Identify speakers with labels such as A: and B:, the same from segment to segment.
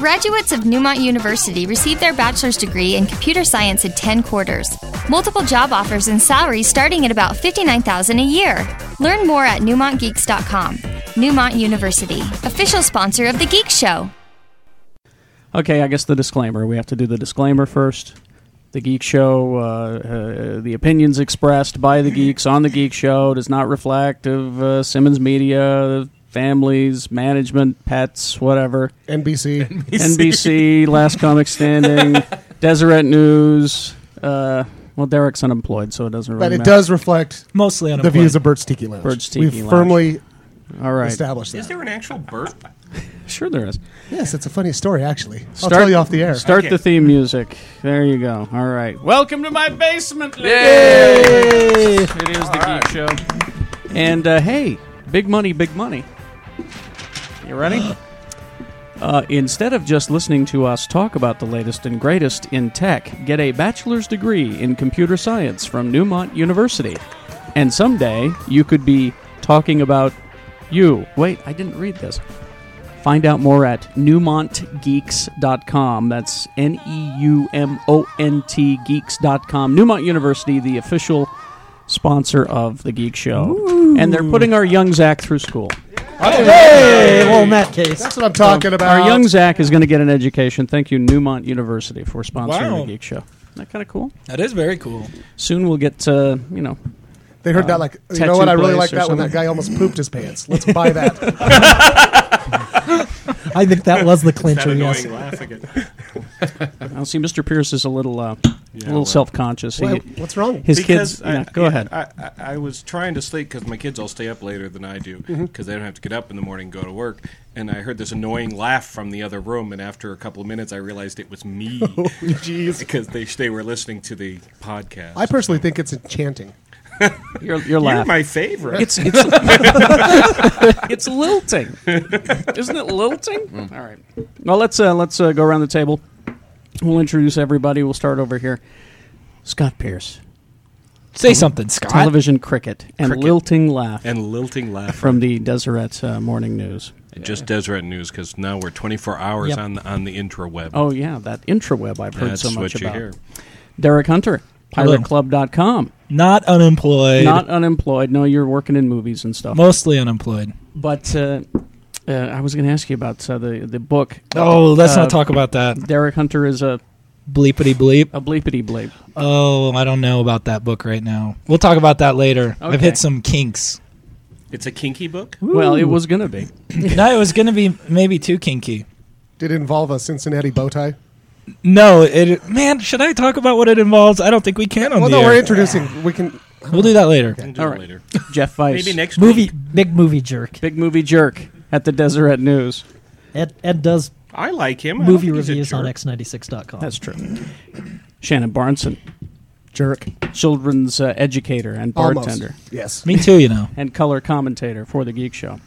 A: Graduates of Newmont University receive their bachelor's degree in computer science in 10 quarters. Multiple job offers and salaries starting at about $59,000 a year. Learn more at newmontgeeks.com. Newmont University, official sponsor of The Geek Show.
B: Okay, I guess the disclaimer. We have to do the disclaimer first. The Geek Show, uh, uh, the opinions expressed by the geeks on the Geek Show does not reflect of uh, Simmons Media, families, management, pets, whatever.
C: NBC.
B: NBC, Last Comic Standing, Deseret News. Uh, well, Derek's unemployed, so it doesn't really
C: But it
B: matter.
C: does reflect
D: Mostly on
C: the views of Bert's Tiki Lounge.
B: Bert's Tiki
C: We've
B: Lounge.
C: firmly
B: All right,
C: established
E: Is
C: that.
E: there an actual burp?
B: sure there is.
C: Yes, it's a funny story, actually.
B: Start-
C: I'll tell you off the air.
B: Start
E: Okay.
B: the theme music. There you go. All right. Welcome to my basement. ladies. It is the Geek Show. And uh, hey, big money, big money. You ready? Uh, instead of just listening to us talk about the latest and greatest in tech, get a bachelor's degree in computer science from Newmont University. And someday you could be talking about you. Wait, I didn't read this. Find out more at newmontgeeks.com. That's N E U M O N T geeks.com. Newmont University, the official sponsor of The Geek Show. And they're putting our young Zach through school.
D: Hey, well, in that case,
C: That's what I'm talking about.
B: Our young Zach is going to get an education. Thank you, Newmont University, for sponsoring
D: Wow.
B: The Geek Show. Isn't that kind of cool?
D: that is very cool.
B: Soon we'll get, uh, you know,
C: they heard that like, you know
B: uh, tattoo
C: what? I really
B: place
C: like
B: or
C: that when that
B: something.
C: guy almost pooped his pants. Let's buy that.
D: I think that was the
E: That
D: clincher.
E: annoying
D: yes.
E: laugh again.
B: I'll see Mr. Pierce is a little uh, a little self conscious.
C: Why- What's wrong?
B: His
E: Because
B: kids.
E: I-
B: yeah, go
E: yeah,
B: ahead.
E: I, I, I was trying to sleep because my kids all stay up later than I do because
B: Mm-hmm.
E: they don't have to get up in the morning and go to work. And I heard this annoying laugh from the other room, and after a couple of minutes, I realized it was me.
B: Oh,
E: Jeez, because they they were listening to the podcast.
C: I personally think it's enchanting.
B: You're, you're
E: You're
B: laughing.
E: my favorite.
B: It's it's it's lilting, isn't it lilting?
E: Mm-hmm.
B: All right. Well, let's uh, let's uh, go around the table. We'll introduce everybody. We'll start over here. Scott Pierce,
D: Say something, Scott.
B: television cricket and
E: Cricket.
B: lilting laugh
E: and lilting laugh
B: from the Deseret uh, Morning News.
E: Just Deseret News because now we're 24 hours
D: Yep.
E: on the on the intraweb.
B: Oh yeah, that intraweb I've heard
E: that's
B: so much
E: what you
B: about.
E: hear.
B: Derek Hunter,
D: Hello.
B: pirateclub.com.
D: Not unemployed.
B: Not unemployed. No, you're working in movies and stuff.
D: mostly unemployed.
B: But uh, uh, I was going to ask you about uh, the the book.
D: Oh, let's
B: Uh,
D: not talk about that.
B: Derek Hunter is a
D: Bleepity bleep.
B: a bleepity bleep.
D: Oh, I don't know about that book right now. We'll talk about that later. I've
B: Okay.
D: hit some kinks.
E: It's a kinky book.
B: Well, it was going to be.
D: no, it was going to be maybe too kinky.
C: Did it involve a Cincinnati bow tie?
D: No, it man, should I talk about what it involves? I don't think we
B: Um,
D: can on
C: Well,
D: the
C: no,
D: air.
C: we're introducing. We can.
D: We'll do that later.
E: We'll do
B: All
E: it
B: right.
E: later.
B: Jeff Weiss.
E: Maybe next
F: movie
E: Week.
F: big movie jerk.
B: Big movie jerk at the Deseret News.
F: Ed, Ed does
E: I like him. I don't
F: movie
E: think he's a
F: reviews on
E: jerk.
F: x96.com.
B: That's true. Shannon Barnson,
C: Jerk.
B: children's uh, educator and
C: Almost.
B: bartender
C: Yes.
D: Me too, you know.
B: and color commentator for the Geek Show.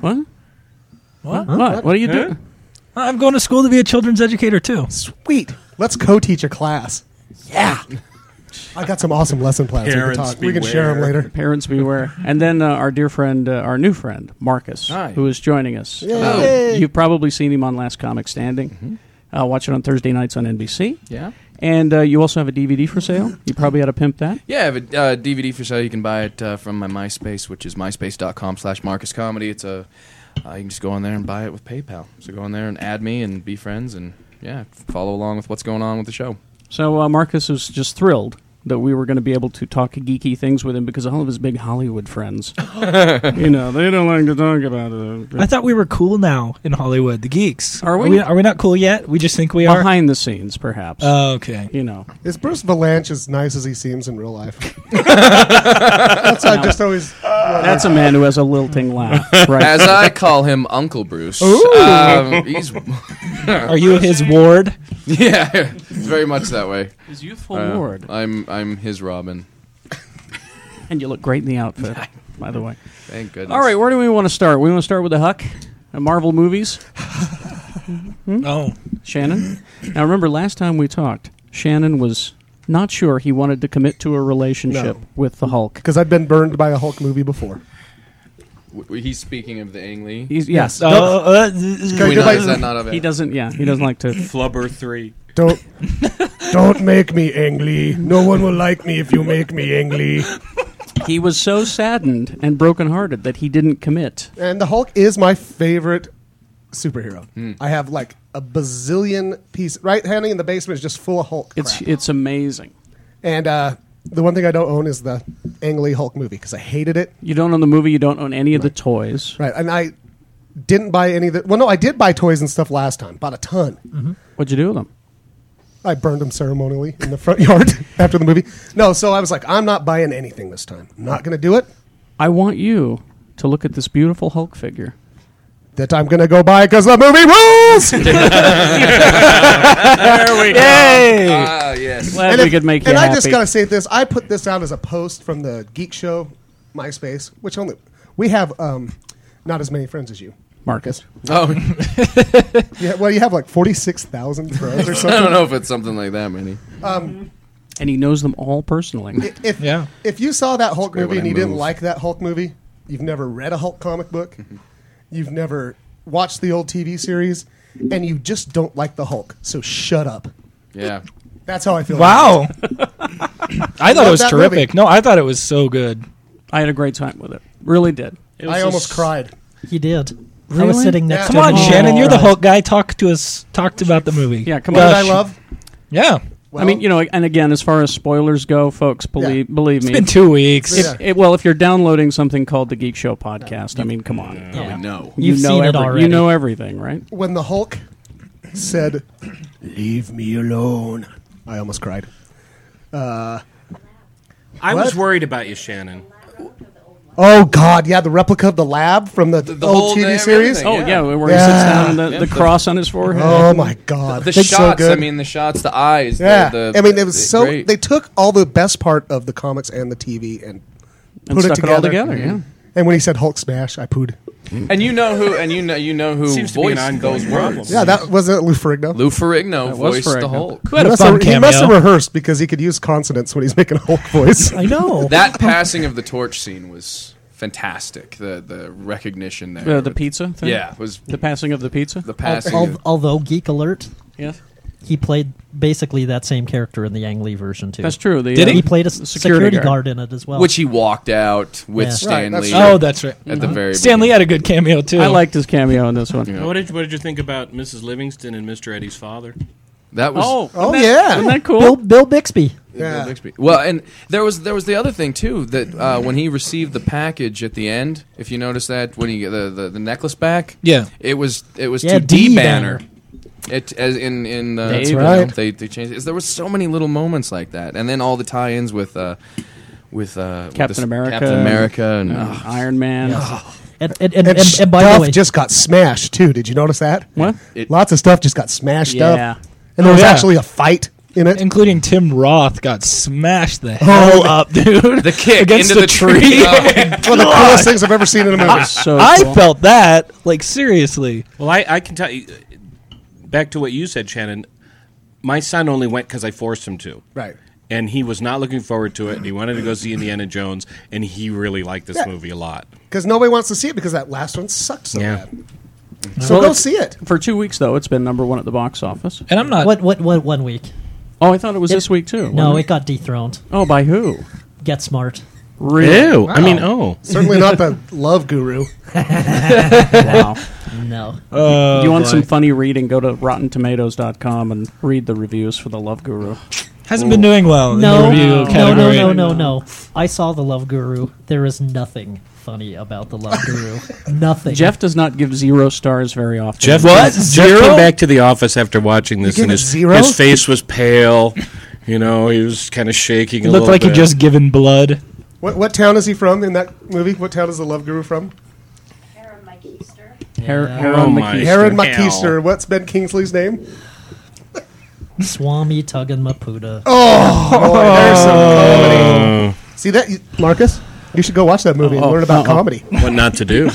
B: What?
D: What?
B: What? What are you
E: Oh. Huh?
B: doing?
D: I'm going to school to be a children's educator too.
C: Sweet. Let's co-teach a class. Yeah. I got some awesome lesson plans. we can,
E: Parents
C: talk. We can share them
E: beware.
C: later.
B: Parents beware. and then uh, our dear friend, uh, our new friend, Marcus,
G: Hi.
B: who is joining us. Uh, you've probably seen him on Last Comic Standing. Uh, watch it on Thursday nights on NBC.
G: Mm-hmm. Yeah.
B: And uh, you also have a DVD for sale. You probably ought to pimp that.
G: Yeah, I have a uh, DVD for sale. You can buy it uh, from my MySpace, which is myspace.com slash Marcus Comedy. It's a, uh, you can just go on there and buy it with PayPal. So go on there and add me and be friends and, yeah, follow along with what's going on with the show.
B: So uh, Marcus was just thrilled that we were going to be able to talk geeky things with him because all of his big Hollywood friends, you know, they don't like to talk about
D: I
B: it.
D: thought we were cool now in Hollywood, the geeks.
B: Are we?
D: Are we not cool yet? We just think we are.
B: Behind the scenes, perhaps.
D: Oh, okay.
B: you know,
C: Is Bruce Valanche as nice as he seems in real life? That's I just always.
B: that's a man who has a lilting laugh, right?
G: As I call him Uncle Bruce. Um, he's,
D: Are you his ward?
G: yeah, very much that way.
B: his youthful
G: Uh,
B: ward.
G: I'm, I'm his Robin.
B: And you look great in the outfit, by the way.
G: Thank goodness.
B: All right, where do we want to start? We want to start with the Huck, uh, Marvel movies. Hmm?
D: Oh,
B: Shannon. Now remember, last time we talked, Shannon was not sure he wanted to commit to a relationship
C: No.
B: with the Hulk.
C: Because I've been burned by a Hulk movie before.
G: W- w- He's speaking of the Ang Lee.
B: He's, yes.
D: Uh,
B: Don't-
D: uh,
G: Do we
C: do
G: not-
C: my-
G: is that not of it?
B: he doesn't. Yeah, he doesn't like to.
E: Flubber three.
C: Don't don't make me angry. No one will like me if you make me angry.
B: He was so saddened and brokenhearted that he didn't commit.
C: And the Hulk is my favorite superhero.
G: Hmm.
C: I have like a bazillion pieces. Right, handing in the basement is just full of Hulk.
B: It's
C: crap.
B: it's amazing.
C: and uh, the one thing I don't own is the Ang Lee Hulk movie because I hated it.
B: You don't own the movie. You don't own any of the toys.
C: Right, and I didn't buy any of the. Well, no, I did buy toys and stuff last time. Bought a ton.
B: What'd you do with them?
C: I burned them ceremonially in the front yard after the movie. No, so I was like, I'm not buying anything this time. I'm not going to do it.
B: I want you to look at this beautiful Hulk figure.
C: That I'm going to go buy because the movie rules.
B: Yay!
G: Ah, yes.
B: Glad we could make you
C: and
B: happy.
C: I just gotta say this: I put this out as a post from the Geek Show MySpace, which only we have um, not as many friends as you,
B: Marcus.
G: Oh,
C: Yeah, well, you have like forty six thousand friends or
G: I don't
C: something.
G: know if it's something like that, many.
B: And he knows them all personally.
C: if
D: Yeah.
C: if you saw that Hulk
G: great
C: movie
G: when
C: and
G: I
C: you didn't
G: move.
C: like that Hulk movie, you've never read a Hulk comic book, you've never watched the old TV series, and you just don't like the Hulk. So shut up.
G: Yeah.
C: That's how I feel.
D: wow. I thought
C: Love
D: it was
C: that
D: terrific. No, I thought it was so good.
B: I had a great time with it. Really did.
E: It was
C: I
E: a
C: almost
E: s-
C: cried.
F: He did. I was
B: Really?
F: sitting next
C: Yeah.
F: to
D: Come on,
F: him.
B: Oh,
D: Shannon, you're the
F: Right.
D: Hulk guy. Talk to us. Talked about the movie.
B: Yeah, come
C: What
B: on.
C: did
D: Gosh.
C: I love?
D: Yeah,
B: I mean, you know, and again, as far as spoilers go, folks, believe believe
D: it's
B: me.
D: been two weeks.
C: Yeah.
B: it, well, if you're downloading something called the Geek Show podcast, I mean, come on.
F: Yeah.
G: No.
B: You
F: You've
B: know
F: seen it
B: every-
F: already.
B: You know everything, right?
C: when the Hulk said, "Leave me alone," I almost cried.
E: I
C: What?
E: was worried about you, Shannon.
C: Oh God, yeah, the replica of the lab from the,
G: the whole
C: old
G: damn
C: TV series.
G: everything.
B: Oh
G: Yeah.
B: yeah, where he sits
C: Yeah.
B: down and the,
G: Yeah,
B: the
G: the-
B: cross on his forehead.
C: Oh my God,
G: The
C: It's so
G: shots, I
C: good.
G: mean, the shots, the eyes.
C: yeah,
G: The,
C: I mean, it was so
G: great.
C: they took all the best part of the comics and the TV and,
B: and
C: put
B: stuck
C: it together. Mm-hmm.
B: all together. Yeah.
C: And when he said Hulk smash, I pooed.
G: and you know who, and you know, you know who
E: Seems to be an
G: voiced
E: ongoing
G: those
E: problem.
G: words.
C: Yeah, that wasn't Lou Ferrigno.
G: Lou Ferrigno
B: was
G: voiced
B: Ferrigno.
G: the Hulk.
D: Who had
C: he
D: a
C: must,
D: fun
C: have, he must have
D: cameo?
C: rehearsed because he could use consonants when he's making a Hulk voice.
F: I know.
G: That passing of the torch scene was fantastic. The the recognition there.
B: Uh, the pizza. Thing?
G: Yeah, was
B: The passing of the pizza.
G: the passing.
F: Al-
G: of-
F: although Geek Alert,
B: yes.
F: he played basically that same character in the Yang Lee version too.
B: That's true. The,
D: Did
B: uh,
F: He played a
B: the
F: s- security, guard. in it as well.
G: which he walked out with
F: Yeah.
C: Right, that's
G: Stanley.
C: true.
D: Oh, that's right.
G: at the very
D: Stanley
G: beginning.
D: had a good cameo too.
B: Mm-hmm. I liked his cameo in this one.
E: What did you, what did you think about Mrs. Livingston and Mr. Eddie's father?
G: That was
B: Oh,
C: Oh,
B: isn't
C: yeah.
B: that, isn't that cool?
F: Bill, Bill Bixby.
C: yeah.
G: Well, and there was there was the other thing too that uh, when he received the package at the end, if you notice that when he the the, the necklace back,
D: Yeah.
G: it was it was
F: Yeah,
G: to D
F: D
G: banner.
F: banner.
G: It as in in uh,
B: That's
G: you
C: right.
G: know, they they changed. It. There was so many little moments like that, and then all the tie-ins with uh, with uh, with
B: Captain
G: this-
B: America,
G: Captain America, and
B: and uh,
G: ugh.
B: Iron Man.
F: And, and, and,
C: And,
F: and, and by the
C: stuff
F: way,
C: just got smashed too. Did you notice that?
B: What?
G: It-
C: Lots of stuff just got smashed
B: Yeah.
C: up, and there
D: Oh,
C: was
D: yeah.
C: actually a fight in it.
D: including Tim Roth, got smashed
B: Oh,
D: the hell up, dude.
G: the kick
D: against
G: into
D: the
G: the tree.
D: tree.
G: Oh.
C: It's one of the coolest things I've ever seen in a movie.
B: So
D: I
B: cool.
D: felt that, like seriously.
E: Well, I, I can tell you. Back to what you said, Shannon. My son only went because I forced him to.
C: Right.
E: And he was not looking forward to it. And he wanted to go see Indiana Jones, and he really liked this
C: Yeah.
E: movie a lot.
C: Because nobody wants to see it because that last one sucked so
E: Yeah.
C: bad. So
B: Well,
C: go
B: it's-
C: see it.
B: for two weeks though. It's been number one at the box office.
D: And I'm not.
F: what, what, what, one week?
B: Oh, I thought it was
F: It-
B: this week too.
F: No,
B: wasn't
F: it got dethroned.
B: Oh, by who?
F: Get smart.
B: Really?
E: I mean, oh.
C: Certainly not the love guru.
B: Wow.
F: No.
D: Uh,
B: you want
D: boy.
F: Oh,
B: some funny reading? Go to RottenTomatoes.com and read the reviews for the Love Guru.
D: Hasn't been doing well. in
F: No,
D: the review
F: no, no,
D: category.
F: no, no, no. I saw The Love Guru. There is nothing funny about The Love Guru. nothing.
B: Jeff does not give zero stars very often.
E: Jeff
D: What?
E: Jeff
D: Zero?
E: came back to the office after watching this,
C: You
E: and
C: gave it
E: his
C: zero?
E: his face was pale. You know, he was kind of shaking.
D: It
E: a
D: looked
E: little
D: like he
E: bit.
D: just given blood.
C: What, what town is he from in that movie? What town is the love guru from?
H: Aaron Mike Easter.
B: Har-
F: Yeah.
B: Harold
E: Oh,
B: McKeith.
E: my.
C: Aaron
E: Hell.
C: McKeister. What's Ben Kingsley's name?
F: Swami Tuggin Maputa.
C: Oh, there's some comedy. See that, you- Marcus? You should go watch that movie and
B: Oh,
C: learn about
B: uh-oh.
C: comedy.
E: what not to do.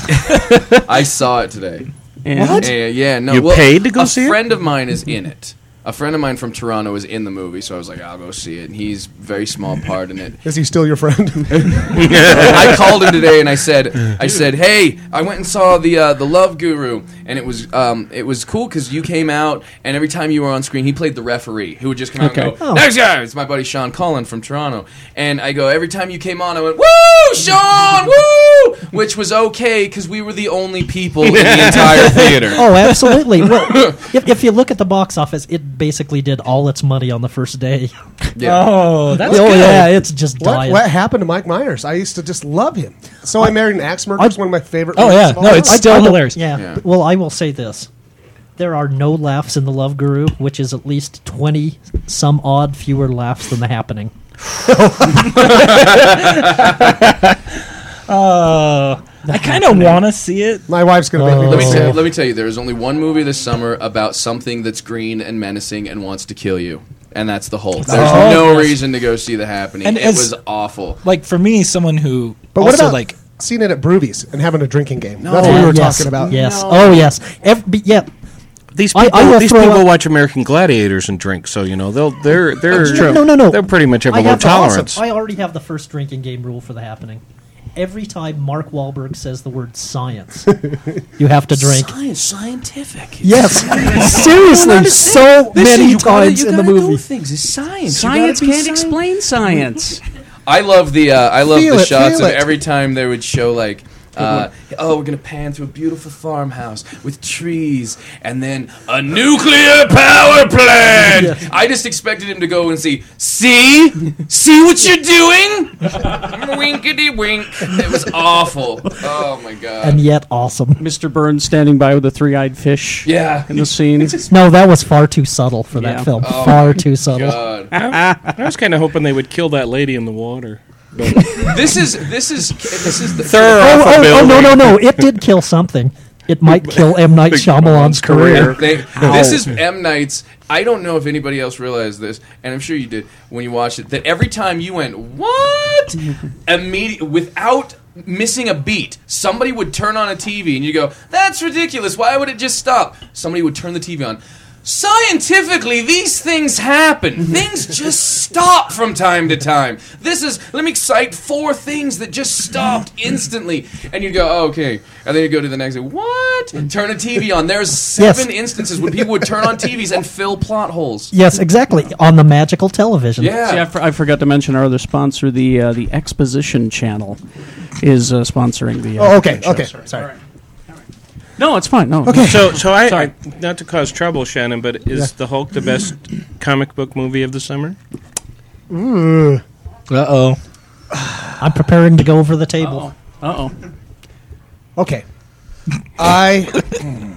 G: I saw it today.
B: And-
G: Yeah, yeah, no.
E: You
G: well,
E: paid to go
G: a
E: see it?
G: friend of mine is in it. a friend of mine from Toronto was in the movie, so I was like, I'll go see it. And he's very small part in it.
C: Is he still your friend?
G: I called him today and I said, I said, hey, I went and saw the uh, the Love Guru, and it was um, it was cool because you came out, and every time you were on screen, he played the referee who would just come out and
D: Okay.
E: Oh.
G: go, next guy, it's my buddy Sean Cullen from Toronto, and I go every time you came on, I went, woo, Sean, woo, which was okay because we were the only people in the entire theater.
F: Oh, absolutely. well, if, if you look at the box office, it basically did all its money on the first day.
G: Yeah.
D: Oh, that's
F: oh
D: good.
F: yeah, it's just
C: What,
F: dying.
C: what happened to Mike Myers? I used to just love him. So I married an axe murderer. It's one of my favorite.
D: Oh,
C: movies
D: yeah.
C: of all
D: No,
C: time.
D: it's still
F: will-
D: hilarious.
F: Yeah.
G: Yeah.
F: B- Well, I will say this: there are no laughs in the Love Guru, which is at least twenty some odd fewer laughs than the happening.
D: Uh, I kind of want to see it.
C: my wife's gonna make me.
G: Let me,
C: go see
G: tell,
C: it.
G: Oh. let me tell you, there is only one movie this summer about something that's green and menacing and wants to kill you, and that's The Hulk. There's
D: Oh.
G: no reason to go see The Happening.
D: And
G: it
D: as-
G: was awful.
D: Like for me, someone who
C: But
D: also
C: what about
D: like
C: seeing it at Broovies and having a drinking game? That's what we were
F: Oh, yes,
C: talking about.
F: Yes. Oh, yes. Ev- be- yeah.
E: These
F: I-
E: people,
F: I will
E: these
F: throw
E: people
F: up-
E: watch American Gladiators and drink, so you know they'll they're they're
F: No, no, no.
E: they're pretty much have a
F: I
E: low
F: have the-
E: tolerance.
F: I already have the first drinking game rule for the happening. Every time Mark Wahlberg says the word science, you have to drink.
G: Science, scientific.
F: Yes, seriously, so many times in the movie.
G: things is science.
B: Science can't explain science.
G: I love the uh, I love
C: Feel
G: the
C: it,
G: shots
C: feel
G: of
C: it.
G: every time they would show like. Uh, oh, we're gonna pan through a beautiful farmhouse with trees, and then a nuclear power plant. I just expected him to go and see, see, see what you're doing. Winkety wink. It was awful. Oh my god.
F: and yet awesome.
B: Mr. Burns standing by with a three-eyed fish.
G: Yeah.
B: In the scene.
F: No, that was far too subtle for
B: Yeah.
F: that film.
G: Oh,
F: far too subtle.
G: God.
E: I was kind of hoping they would kill that lady in the water.
G: This is this is this is the
F: Oh, oh, oh, no, no, no! It did kill something. It might kill M. Night Shyamalan's career.
G: They, this is M Night's. I don't know if anybody else realized this, and I'm sure you did when you watched it. That every time you went what, immediate without missing a beat, somebody would turn on a TV and you go, "That's ridiculous. Why would it just stop?" Somebody would turn the TV on. Scientifically, these things happen. things just stop from time to time. This is let me cite four things that just stopped instantly, and you go, oh, "Okay," and then you go to the next. What? Turn a TV on. There's
F: Yes.
G: seven instances when people would turn on TVs and fill plot holes.
F: Yes, exactly. On the magical television.
B: See, I,
G: Yeah.
B: for- I forgot to mention our other sponsor, the uh, the Exposition Channel, is uh, sponsoring the. Uh,
C: Oh, okay, okay. Sorry.
B: No, it's fine. No. Okay.
E: So, so I,
B: Sorry.
E: I not to cause trouble, Shannon, but is the Hulk the best comic book movie of the summer?
D: uh oh.
F: I'm preparing to go over the table.
B: Uh oh.
C: Okay. I hmm.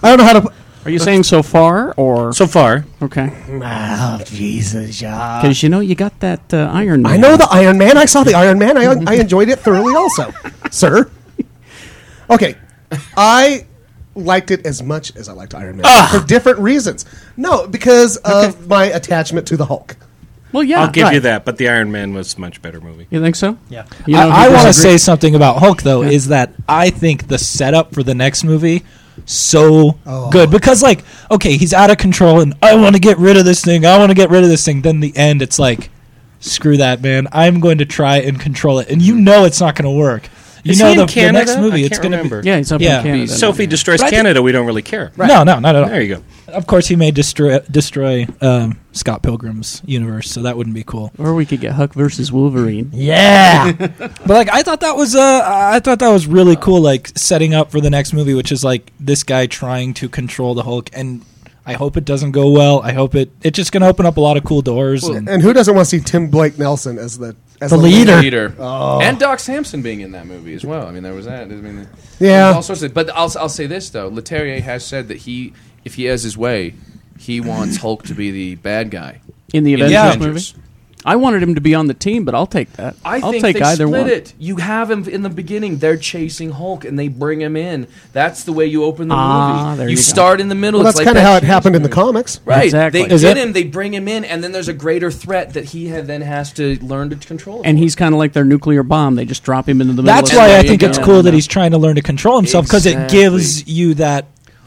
C: I don't know how to.
B: Are you saying so far or
E: So far,
B: okay?
C: Oh Jesus, yeah.
B: Because you know you got that uh, Iron Man.
C: I know the Iron Man. I saw the Iron Man. I, I enjoyed it thoroughly, also, sir. Okay, I liked it as much as I liked Iron Man for different reasons. No, because of my attachment to the Hulk.
B: Well, yeah.
F: Ah,
E: I'll give
B: right.
E: you that. But the Iron Man was a much better movie.
B: You think so?
F: Yeah.
B: You know
D: I,
B: who
D: want to
B: disagree-
D: say something about Hulk though. Is that I think the setup for the next movie so
E: Oh.
D: good because like okay, he's out of control and I want to get rid of this thing. I want to get rid of this thing. Then the end, it's like screw that man. I'm going to try and control it, and
E: Mm.
D: you know it's not going to work. You
E: Is
D: know
E: he in
D: the, the
E: Canada?
D: next movie,
E: I
D: it's
E: can't
D: going to
E: remember.
D: be
B: Yeah, he's up
D: Yeah.
B: in Canada.
E: So if he destroys
D: But I think-
E: Canada, we don't really care.
D: no, no, not at all.
E: There you go.
D: Of course, he may destroy destroy um, Scott Pilgrim's universe, so that wouldn't be cool.
B: or we could get Huck versus Wolverine.
F: Yeah.
D: But like I thought that was uh I thought that was really cool like setting up for the next movie which is like this guy trying to control the Hulk and I hope it doesn't go well. I hope it it's just going to open up a lot of cool doors and
C: And who doesn't want to see Tim Blake Nelson as the as
F: The leader.
G: Peter.
B: Oh.
G: And Doc Samson being in that movie as well. I mean, there was that. I mean, there-
C: Yeah.
G: there's all sorts of. But I'll, I'll say this though: Leterrier has said that he, if he has his way, he wants Hulk to be the bad guy.
B: In the
G: in the
B: Avengers
G: Avengers.
B: movie. I wanted him to be on the team, but I'll take that.
G: I
B: will
G: think
B: take
G: they
B: either
G: split
B: one.
G: it. You have him in the beginning. They're chasing Hulk, and they bring him in. That's the way you open the
B: Ah,
G: movie.
B: there you go.
G: start in the middle.
C: Well,
G: it's
C: that's
G: like
C: kind of
G: that
C: how it
G: huge
C: happened in the
G: movie.
C: comics.
G: Right.
B: Exactly.
G: They
B: Is
G: get
D: it-
G: him, they bring him in, and then there's a greater threat that he ha- then has to learn to control.
B: And he's kind of like their nuclear bomb. They just drop him into the middle.
D: that's
B: of
D: why I
G: there
B: the
G: you
D: think
G: go.
D: it's cool that he's trying to learn to control himself because it
G: Exactly.
D: gives you that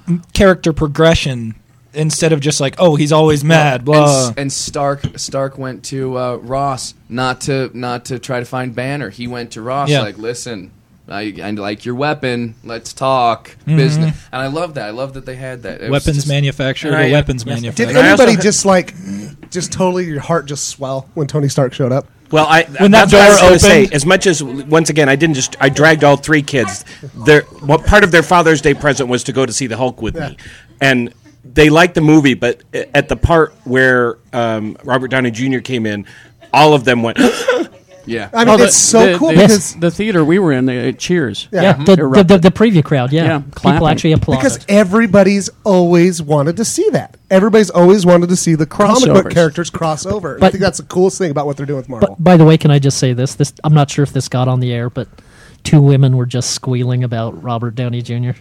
D: m- character progression instead of just like, oh, he's always mad. Blah.
G: And, and Stark Stark went to uh, Ross not to not to try to find Banner. He went to Ross
D: Yeah.
G: like, listen, I, I like your weapon. Let's talk business. And I love that. I love that they had that It was
D: weapons
G: just-
D: manufacturer
E: And I-
D: to weapons
E: Yes.
D: manufacturer.
C: Did
E: I also
C: anybody
E: had-
C: just like, just totally your heart just swell when Tony Stark showed up?
E: Well, I
D: When that
E: that's what I was
D: door
E: gonna say,
D: opened-
E: as much as once again, I didn't just I dragged all three kids. Their what part of their Father's Day present was to go to see the Hulk with me, and they liked the movie, but a- at the part where um, Robert Downey Jr. came in, all of them went.
G: Yeah.
C: I mean,
B: Well, the-
C: it's so
B: Oh, the-
C: cool
B: the,
C: because
B: the theater we were in, the it cheers.
C: Yeah.
F: Yeah, the, the,
B: Erupted.
F: the, the preview crowd. Yeah,
B: Yeah, clapping.
F: people actually applauded.
C: because everybody's always wanted to see that. Everybody's always wanted to see the comic book
B: Crossovers.
C: characters cross over. I
F: But-
C: think that's the coolest thing about what they're doing with Marvel.
F: But by the way, can I just say this? This I'm not sure if this got on the air, but two women were just squealing about Robert Downey Jr.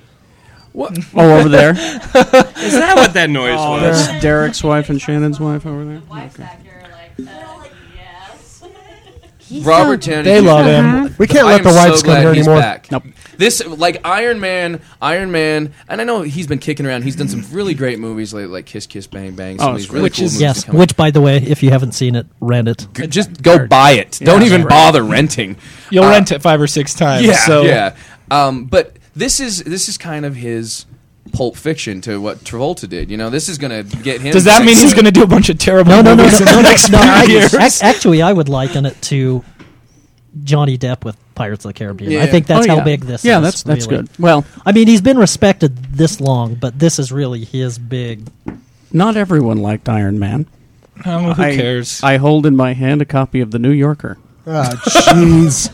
G: What?
B: Oh, over there. Oh,
E: Is that what that noise was?
B: That's Derek's wife and Shannon's wife over there.
H: Wife actor, like, uh, yes.
G: Robert Downey.
D: They
G: Jr.
D: love him.
C: we can't
G: I
C: let
G: am
C: the wives
G: so
C: come
G: glad
C: here
G: he's
C: anymore.
G: Back. This like Iron Man, Iron Man, and I know he's been kicking around. He's done some really great movies lately, like Kiss Kiss Bang Bang. Some
B: Oh,
G: of these
B: it's
G: really
B: great.
G: cool movies that
F: Yes,
G: come out.
F: which by the way, if you haven't seen it, rent it.
G: G- just go buy it. Don't even bother renting.
D: You'll rent it five or six times.
G: Yeah,
D: so
G: yeah. Um, but this is this is kind of his Pulp Fiction to what Travolta did. You know, this is gonna get him.
D: Does that mean he's going to do a bunch of terrible?
F: No, no, no, no,
D: movies
F: no,
D: in the
F: no, no,
D: next
F: no,
D: few
F: I-
D: years?
F: ac- actually, I would liken it to Johnny Depp with Pirates of the Caribbean. I
G: Yeah.
F: think that's
B: Oh,
F: how
B: yeah.
F: big this
B: Yeah,
F: is.
B: that's that's
F: really.
B: good. Well,
F: I mean, he's been respected this long, but this is really his big.
B: not everyone liked Iron Man.
D: Oh, who
B: I,
D: cares?
B: I hold in my hand a copy of the New Yorker.
C: Ah, Jeez,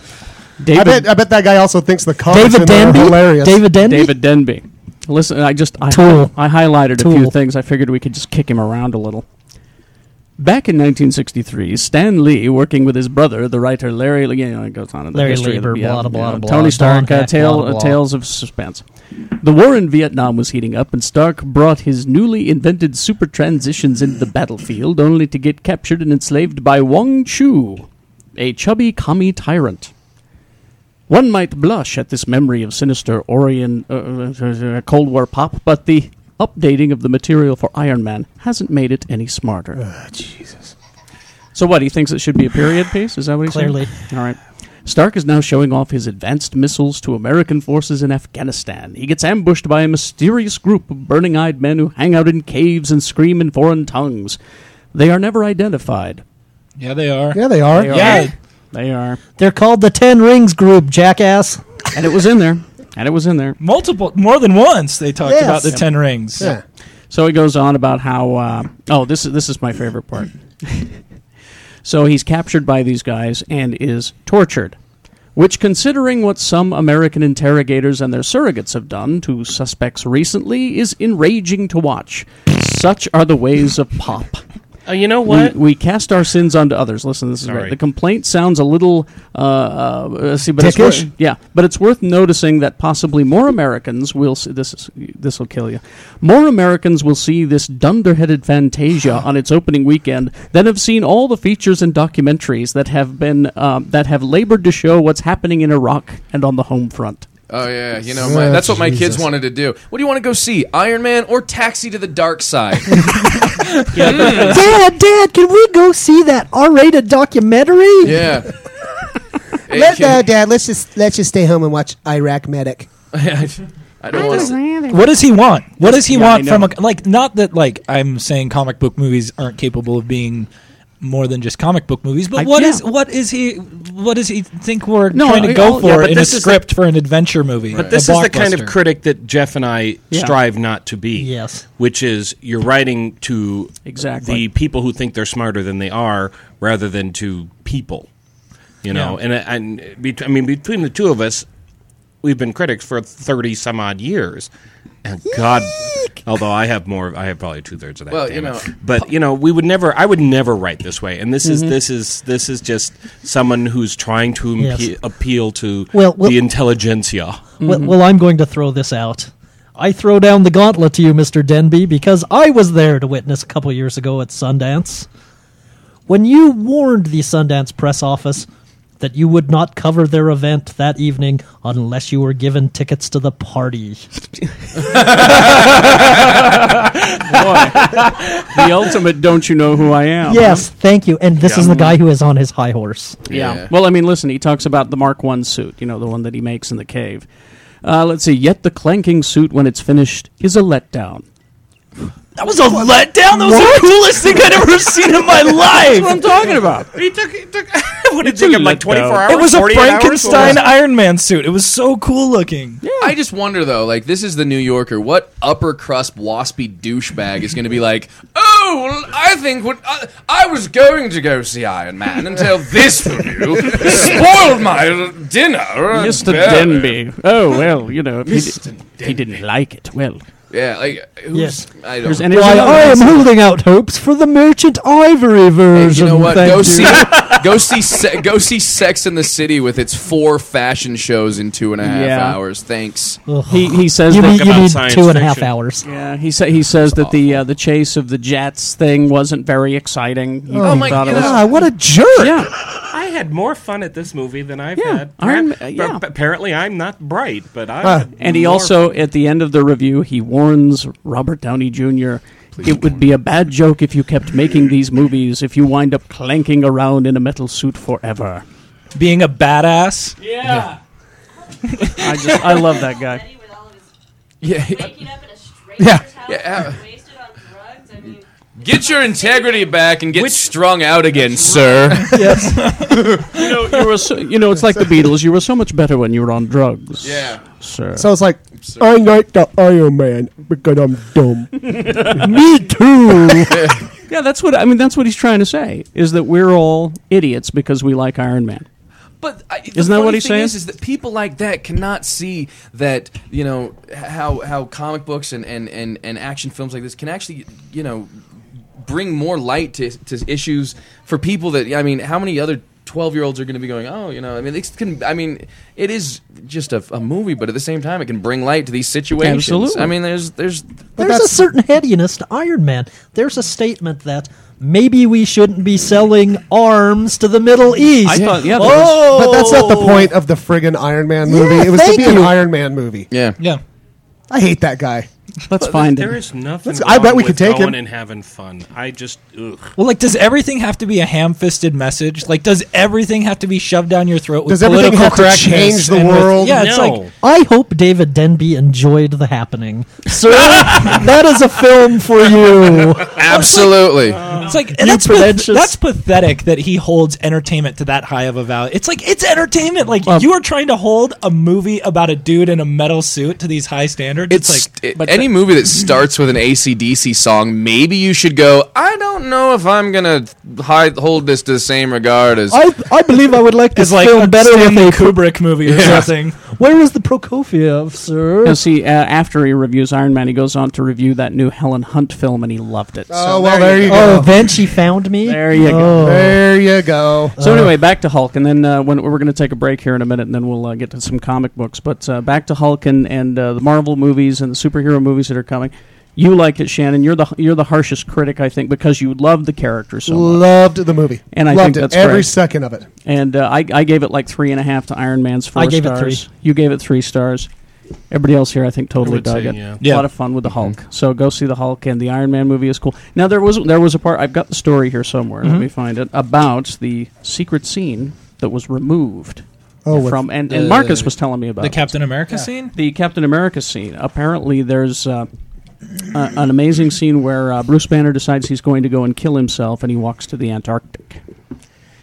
C: I
B: David
C: bet I bet that guy also thinks the comics
F: David
C: in there are
F: Denby.
C: hilarious.
F: David Denby.
B: David Denby. Listen, I just I,
F: Tool.
B: I highlighted a few
F: Tool.
B: things. I figured we could just kick him around a little. Back in 1963, Stan Lee, working with his brother, the writer Larry, you know, it goes on in the
F: Larry
B: history of the-
F: Lieber,
B: yeah,
F: blah, blah,
B: yeah,
F: blah, blah,
B: Tony
F: Don
B: Stark, uh,
F: Heck,
B: tale,
F: blah, blah.
B: uh, Tales of Suspense. The war in Vietnam was heating up, and Stark brought his newly invented super transitions into the battlefield, only to get captured and enslaved by Wong Chu, a chubby commie tyrant. One might blush at this memory of sinister Orion uh, uh, uh, Cold War pop, but the updating of the material for Iron Man hasn't made it any smarter. So what he thinks it should be a period piece? Is that what he's saying?
F: Clearly.
B: All right. Stark is now showing off his advanced missiles to American forces in Afghanistan. He gets ambushed by a mysterious group of burning-eyed men who hang out in caves and scream in foreign tongues. They are never identified.
D: yeah, they are.
C: Yeah, they are.
D: Yeah.
B: They are,
F: They're called the Ten Rings Group, jackass.
B: and it was in there, and it was in there.
D: multiple, more than once. They talked
C: Yes.
D: about the
C: Yep.
D: Ten Rings.
C: Yeah.
B: So he goes on about how. Uh, oh, this is this is my favorite part. so he's captured by these guys and is tortured, which, considering what some American interrogators and their surrogates have done to suspects recently, is enraging to watch. Such are the ways of pop.
E: Uh, you know
B: We,
E: what?
B: we cast our sins onto others. Listen, this is
E: Sorry.
B: right. The complaint sounds a little, uh, uh, uh, see, but it's
C: Dickish?
B: wor- yeah, but it's worth noticing that possibly more Americans will see this. Is, this will kill you. More Americans will see this dunderheaded Fantasia on its opening weekend than have seen all the features and documentaries that have been um, that have labored to show what's happening in Iraq and on the home front.
G: Oh yeah, you know my,
C: Oh,
G: that's what my kids
C: Jesus.
G: wanted to do. What do you want to go see? Iron Man or Taxi to the Dark Side?
F: Dad, Dad, can we go see that R-rated documentary?
G: yeah. Hey,
C: Let,
G: kid.
C: uh, Dad, let's just let's just stay home and watch Iraq Medic.
G: I don't want to.
D: What does he want? What does he
B: Yeah, I
D: want from
B: know.
D: a like? Not that like I'm saying comic book movies aren't capable of being more than just comic book movies,
B: I-
D: but what
B: yeah.
D: is what is he what does he think we're
B: No,
D: trying
B: I-
D: to go
B: I'll-
D: for
B: yeah, but
D: in a
B: this is the-
D: script for an adventure movie?
E: But this
D: a
E: is the kind of
D: blockbuster?
E: critic that Jeff and I
B: Yeah.
E: strive not to be.
F: Yes.
E: Which is you're writing to
B: Exactly.
E: the people who think they're smarter than they are rather than to people. You know,
D: Yeah.
E: and, and bet- I mean, between the two of us, we've been critics for 30 some odd years. And God, although I have more, I have probably two thirds of that.
G: Well,
E: damn
G: you
E: it.
G: know,
E: but you know, we would never, I would never write this way. And this is this is this is just someone who's trying to
F: Yes.
E: impe- appeal to
F: Well, well-
E: the intelligentsia.
F: Well,
G: Mm-hmm.
F: well, I'm going to throw this out. I throw down the gauntlet to you, Mr. Denby, because I was there to witness a couple years ago at Sundance. When you warned the Sundance press office that you would not cover their event that evening unless you were given tickets to the party.
B: boy. the ultimate don't you know who I am.
F: Yes, thank you. And this is the guy who is on his high horse.
B: Yeah.
G: Yeah.
B: Well, I mean, listen, he talks about the Mark One suit, you know, the one that he makes in the cave. Uh, let's see. Yet the clanking suit, when it's finished, is a letdown.
D: That was a letdown. That was the coolest thing I'd ever seen in my life.
B: I'm talking about.
E: He took, he took what did
B: It's a
E: it take him like
B: letdown.
E: 24 hours?
D: It was a
E: 48
D: Frankenstein
E: Hours?
D: Iron Man suit. It was so cool looking.
G: I just wonder though, like this is the New Yorker. What upper crust waspy douchebag is going to be like? Oh, well, I think what I, I was going to go see Iron Man until this review spoiled my dinner. and
B: Mr.
G: better."
B: Denby. Oh, well, you know, if he, di- if he didn't like it, well.
G: Yeah, like who's,
F: Yes.
G: I
B: There's
G: don't.
B: any
F: Why I am holding out hopes for the Merchant Ivory
G: Hey,
F: version.
G: you know what?
F: thank
G: Go
F: you.
G: see, go see, se- go see Sex in the City with its four fashion shows in two and a half
B: Yeah.
G: hours. Thanks.
B: He, he says
F: You
B: that
F: need, you
E: about
F: need
E: science
F: two and a half
E: fiction.
F: hours.
B: Yeah, he sa- he says that the uh, the chase of the jets thing wasn't very exciting. He,
G: Oh
B: he
G: my
B: thought it was-
G: God.
C: Ah, what a jerk!
B: Yeah,
E: I had more fun at this movie than I've
B: Yeah,
E: had.
B: Iron
E: Perhaps-
B: Ma- yeah.
E: but apparently, I'm not bright, but I.
C: Ah.
E: had
B: and he
E: more
B: also at the end of the review he warns Robert Downey Jr. it would be a bad joke if you kept making these movies if you wind up clanking around in a metal suit forever.
D: Being a badass.
B: Yeah. I just I love that guy.
H: Eddie with all of his
G: Yeah.
H: waking up in a stranger's house,
G: Yeah.
H: and wasted on drugs. I mean,
G: Get your integrity back and get strung out again, sir.
B: You know, you were so, you know it's like the Beatles. You were so much better when you were on drugs.
G: Yeah.
B: sir.
C: So it's like, I like the Iron Man because I'm dumb.
F: Me too.
B: yeah, that's what I mean. That's what he's trying to say is that we're all idiots because we like Iron Man.
G: But I, the
B: Isn't that what
G: funny
B: he's
G: thing
B: saying?
G: Is, is that people like that cannot see that you know h- how how comic books and and and, and action films like this can actually you know bring more light to, to issues for people that I mean, how many other twelve year olds are going to be going? Oh, you know, I mean, it's can I mean, it is just a, a movie, but at the same time, it can bring light to these situations.
B: Absolutely.
G: I mean, there's there's
F: There's a certain headiness to Iron Man. There's a statement that maybe we shouldn't be selling arms to the Middle East.
B: I thought, yeah, there was-
F: oh,
C: But that's not the point of the friggin' Iron Man movie.
F: Yeah,
C: it was to
F: thank
C: be an
F: you.
C: Iron Man movie.
G: yeah.
D: Yeah.
C: I hate that guy.
B: Let's find
E: There
B: him.
E: is nothing.
C: I bet
E: wrong
C: we could
E: with
C: take
E: going
C: him.
E: and having fun. I just ugh.
D: Well, like, does everything have to be a ham-fisted message? Like, does everything have to be shoved down your throat? With
C: Does everything
D: political
C: have to
D: correctness
C: change the
D: and with-
C: world?
D: yeah, it's
E: no.
D: like
F: I hope David Denby enjoyed the happening. Sir, that is a film for you.
G: Absolutely.
B: Uh,
D: it's like and that's, path-
F: pretentious-
D: that's pathetic that he holds entertainment to that high of a value. It's like it's entertainment. Like you are trying to hold a movie about a dude in a metal suit to these high standards. It's,
G: It's
D: like
G: it- any movie that starts with an ACDC song, maybe you should go, I don't know if I'm going to hold this to the same regard as.
F: I, I believe I would like this
D: it's like
F: film
D: a
F: better with
D: Stanley
F: a
D: Kubrick movie or something.
F: Where is the Prokofiev, sir?
B: Now, see, uh, after he reviews Iron Man, he goes on to review that new Helen Hunt film, and he loved it.
C: oh, well, there, you
F: Oh,
C: go.
F: then she found me.
B: There you go.
F: Oh.
C: There you go.
B: so, anyway, back to Hulk, and then uh, when we're going to take a break here in a minute, and then we'll uh, get to some comic books. But uh, back to Hulk and, and uh, the Marvel movies and the superhero movies that are coming. You like it, Shannon. You're the you're the harshest critic, I think, because you love the character so much.
C: Loved the movie.
B: And I
C: Loved
B: think
C: it.
B: that's
C: Every
B: great.
C: second of it.
B: And uh, I, I gave it like three and a half to Iron Man's four
F: I gave it
B: stars.
F: three.
B: You gave it three stars. Everybody else here, I think, totally
E: I would
B: dug
E: say,
B: it.
E: yeah.
B: A lot of fun with the Hulk. So go see the Hulk and the Iron Man movie is cool. Now there was there was a part I've got the story here somewhere. Let me find it about the secret scene that was removed
C: Oh, with
B: from and, and
D: the-
B: Marcus was telling me about
D: The
B: it
D: Captain America scene.
B: the Captain America scene. Apparently, there's uh, uh, an amazing scene where uh, Bruce Banner decides he's going to go and kill himself, and he walks to the Antarctic.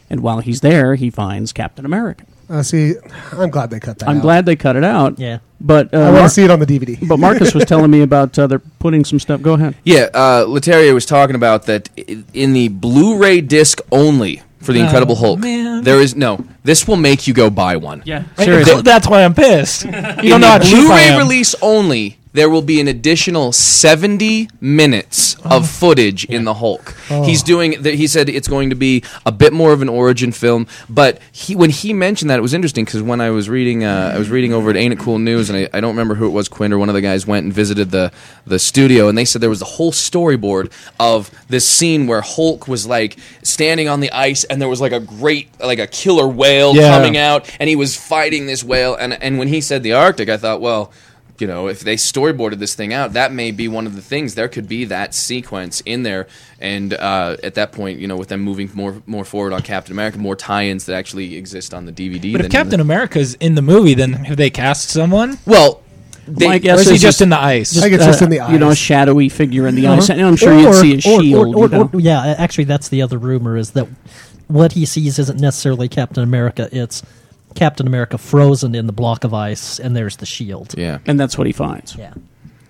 B: And while he's there, he finds Captain America.
C: Uh, see, I'm glad they cut that.
B: I'm
C: out.
B: glad they cut it out.
F: Yeah.
B: but
C: I
B: uh,
C: want
B: Mar-
C: to see it on the DVD.
B: but Marcus was telling me about uh, they're putting some stuff. Go ahead.
G: yeah, uh, Leterrier was talking about that i- in the Blu ray disc only for The Incredible Hulk.
D: man.
G: There is no. This will make you go buy one.
B: seriously.
D: That's why I'm pissed. You
G: in
D: don't know how
G: the
D: cheap I
G: Blu-ray
D: am.
G: release only, there will be an additional 70 minutes of footage in the Hulk. He's doing. The, he said it's going to be a bit more of an origin film, but he when he mentioned that it was interesting because when I was reading, uh, I was reading over at Ain't It Cool News, and I, I don't remember who it was. Quinn or one of the guys went and visited the the studio, and they said there was a whole storyboard of this scene where Hulk was like standing on the ice, and there was like a great like a killer whale
D: Yeah.
G: coming out out and he was fighting this whale and and when he said the arctic i thought well you know, if they storyboarded this thing out, that may be one of the things. There could be that sequence in there, and uh, at that point, you know, with them moving more more forward on Captain America, more tie-ins that actually exist on the DVD.
D: But if
G: than in the-
D: Captain America's in the movie, then have they cast someone?
G: well, they,
B: My
D: Or
B: guess
D: is he
B: is
D: just in the ice?
C: I think it's just in the eyes.
B: uh, you know, a shadowy figure in the ice. And I'm sure you'd see a
F: Uh-huh. or-
B: shield. you
F: or-
B: know?
F: or- yeah, actually, that's the other rumor is that what he sees isn't necessarily Captain America. It's Captain America frozen in the block of ice, and there's the shield.
G: yeah.
B: and that's what he finds.
F: Yeah.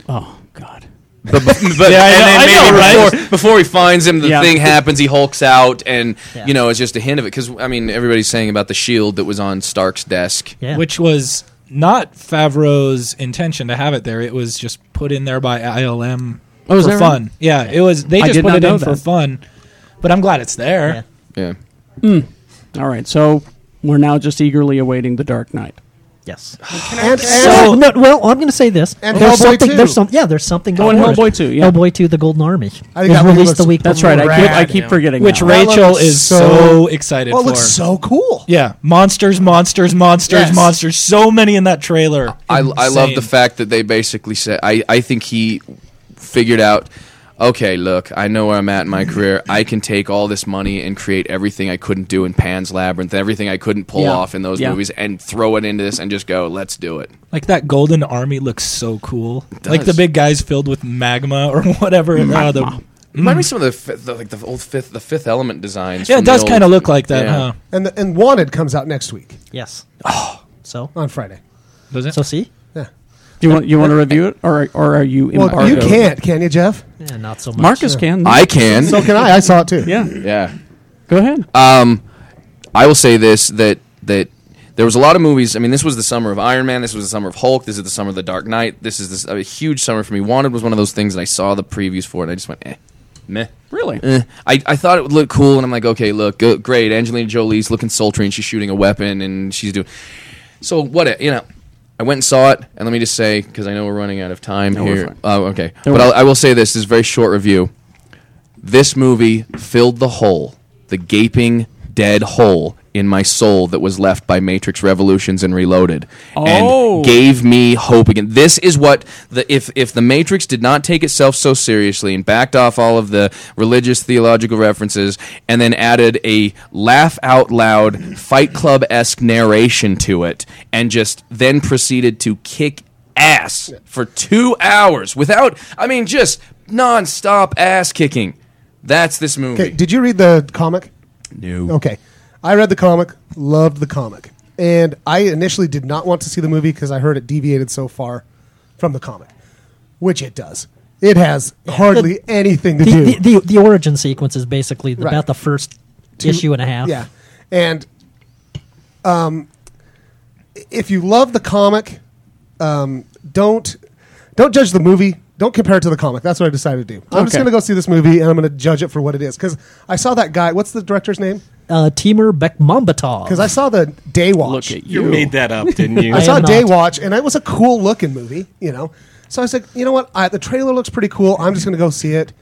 B: Oh God.
G: But, but, but
D: I know- I
G: and
D: know,
G: then maybe
D: right?
G: before, before he finds him, the
B: Yeah.
G: thing happens. He hulks out, and
F: Yeah.
G: you know, it's just a hint of it. Because I mean, everybody's saying about the shield that was on Stark's desk.
F: Yeah.
D: Which was not Favreau's intention to have it there. It was just put in there by ILM
B: Oh, is
D: for
B: that right?
D: fun. Yeah, it was. They
B: I
D: just
B: did
D: put
B: not
D: it in
B: know
D: for
B: that.
D: fun. But I'm glad it's there.
F: Yeah.
G: Yeah,
B: All right. So we're now just eagerly awaiting the Dark Knight.
F: Yes.
C: and, and
F: So no, well, I'm going to say this.
C: And
F: there's
C: Hellboy
F: something.
C: 2.
F: There's some. Yeah, there's something.
B: Oh, and
F: going on.
B: Hellboy 2, yeah.
F: Hellboy 2, The Golden Army.
C: I think
F: was
C: that movie
F: released the
C: looks-
F: week.
B: That's
F: before.
B: right. I keep, I
C: Rad.
B: keep forgetting.
D: Which
B: that.
C: Ra-
D: Rachel
C: looks
D: is
C: so-
D: so, excited
C: oh, it
D: for.
C: looks so cool.
D: yeah, monsters, monsters, monsters,
C: Yes.
D: monsters. So many in that trailer.
G: I, I love
D: Insane.
G: the fact that they basically said. I I think he figured out. Okay, look, I know where I'm at in my career. I can take all this money and create everything I couldn't do in Pan's Labyrinth, everything I couldn't pull
B: Yeah.
G: off in those
B: Yeah.
G: movies, and throw it into this and just go, let's do it.
D: Like that golden army looks so cool. Like the
G: does.
D: big guys filled with magma or whatever. uh, the-
G: Remind me some of the, fi- the like the old fifth the Fifth Element designs.
D: yeah,
G: from
D: it
G: the
D: does
G: old-
D: kind of look like that,
G: Yeah.
D: huh?
C: And the, and Wanted comes out next week
F: Yes.
B: Oh.
F: So
C: on Friday.
D: Does it?
F: so see.
B: Do you want you want to review it, or or are you
C: Well,
B: embargoed?
C: you can't, can you, Jeff?
F: Yeah, not so much.
B: Marcus can.
G: I can.
C: So can I. I saw it too.
B: yeah.
G: yeah.
B: Go ahead.
G: Um, I will say this that that there was a lot of movies. I mean, this was the summer of Iron Man. This was the summer of Hulk. This is the summer of the Dark Knight. This is this a huge summer for me. Wanted was one of those things, and I saw the previews for it, and I just went, eh, meh.
B: really?
G: Eh. I, I thought it would look cool, and I'm like, okay, look, good, great. Angelina Jolie's looking sultry, and she's shooting a weapon, and she's doing. So what? It, you know, I went and saw it, and let me just say because I know we're running out of time
B: No, we're
G: here.
B: fine.
G: Oh, okay,
B: Don't
G: but
B: worry.
G: I'll, I will say this, this is a very short review. This movie filled the hole, the gaping dead hole in my soul that was left by Matrix Revolutions and Reloaded,
B: Oh.
G: and gave me hope again. This is what the if if the Matrix did not take itself so seriously and backed off all of the religious theological references, and then added a laugh out loud Fight Club esque narration to it, and just then proceeded to kick ass for two hours without, I mean, just nonstop ass kicking. That's this movie.
C: Okay. Did you read the comic?
G: no.
C: Okay. I read the comic, loved the comic. And I initially did not want to see the movie because I heard it deviated so far from the comic, which it does. It has hardly anything to
F: The,
C: do.
F: the, the, the origin sequence is basically the-
C: Right.
F: about the first
C: Two-
F: issue and a half.
C: yeah. And um, if you love the comic, um, don't don't judge the movie. Don't compare it to the comic. That's what I decided to do. I'm just
B: Okay.
C: going to go see this movie and I'm going to judge it for what it is. Because I saw that guy. What's the director's name?
F: Uh, Timur Bekmambetov.
C: Because I saw the Day Watch.
B: Look at
E: You
B: you.
E: made that up, didn't you?
C: I, saw
F: am
C: Day
F: not.
C: Watch, and it was a cool looking movie, you know. So I was like, you know what? I, the trailer looks pretty cool. I'm just going to go see it.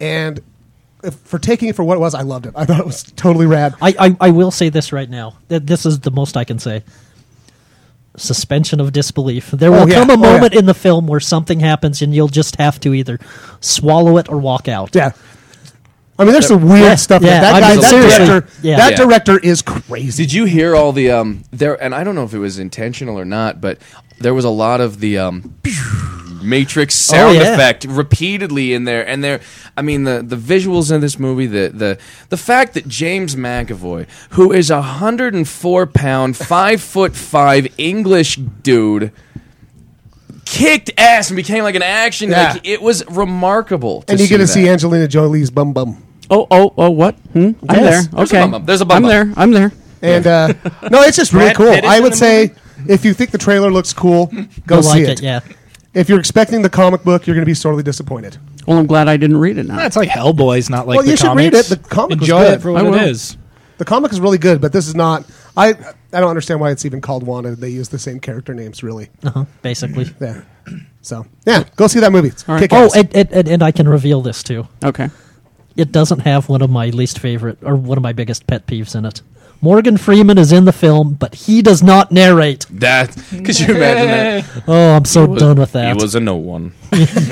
C: And if, for taking it for what it was, I loved it. I thought it was totally rad.
F: I, I, I will say this right now. That This is the most I can say. Suspension of disbelief. There will
C: Oh, yeah.
F: come a
C: Oh, yeah.
F: moment in the film where something happens and you'll just have to either swallow it or walk out.
C: yeah. I mean, there's some weird
F: Yeah,
C: stuff. that
F: yeah,
C: that
F: I
C: guy,
F: mean,
C: that
F: seriously.
C: director,
F: Yeah.
C: that
G: Yeah.
C: director is crazy.
G: Did you hear all the um there? And I don't know if it was intentional or not, but there was a lot of the um Matrix sound
F: Oh, yeah.
G: effect repeatedly in there. And there, I mean the the visuals in this movie, the the the fact that James McAvoy, who is a hundred and four pound, five foot five English dude. Kicked ass and became like an action.
C: Yeah.
G: Like, it was remarkable.
C: and you're going to
G: that.
C: see Angelina Jolie's bum bum.
B: Oh oh oh what? Hmm? I'm there.
C: Yes.
G: There's a
B: okay.
G: bum bum. There's a bum
B: I'm
G: bum.
B: there. I'm there.
C: And uh, no, it's just really
E: Brad
C: cool.
E: Pitt is
C: I
E: in
C: would
E: the
C: say if you think the trailer looks cool, go
F: You'll
C: see
F: like
C: it.
F: it. Yeah.
C: If you're expecting the comic book, you're going to be sorely disappointed.
B: Well, I'm glad I didn't read it now.
D: That's like Hellboy's not like
C: Well,
D: the
C: you should read
D: comics.
C: it. The comic was
D: Enjoy
C: good.
D: it for
B: I
D: what
B: will.
D: it is.
C: The comic is really good, but this is not. I I don't understand why it's even called Wanted. They use the same character names, really.
F: Uh-huh, basically.
C: Yeah. So yeah, go see that movie. It's
B: right.
C: kick
F: Oh,
C: ass.
F: and, and, and, and I can reveal this too.
B: okay.
F: It doesn't have one of my least favorite or one of my biggest pet peeves in it. Morgan Freeman is in the film, but he does not narrate.
G: That could you imagine that?
F: Oh, I'm so done with
G: He
F: that.
G: was a no one.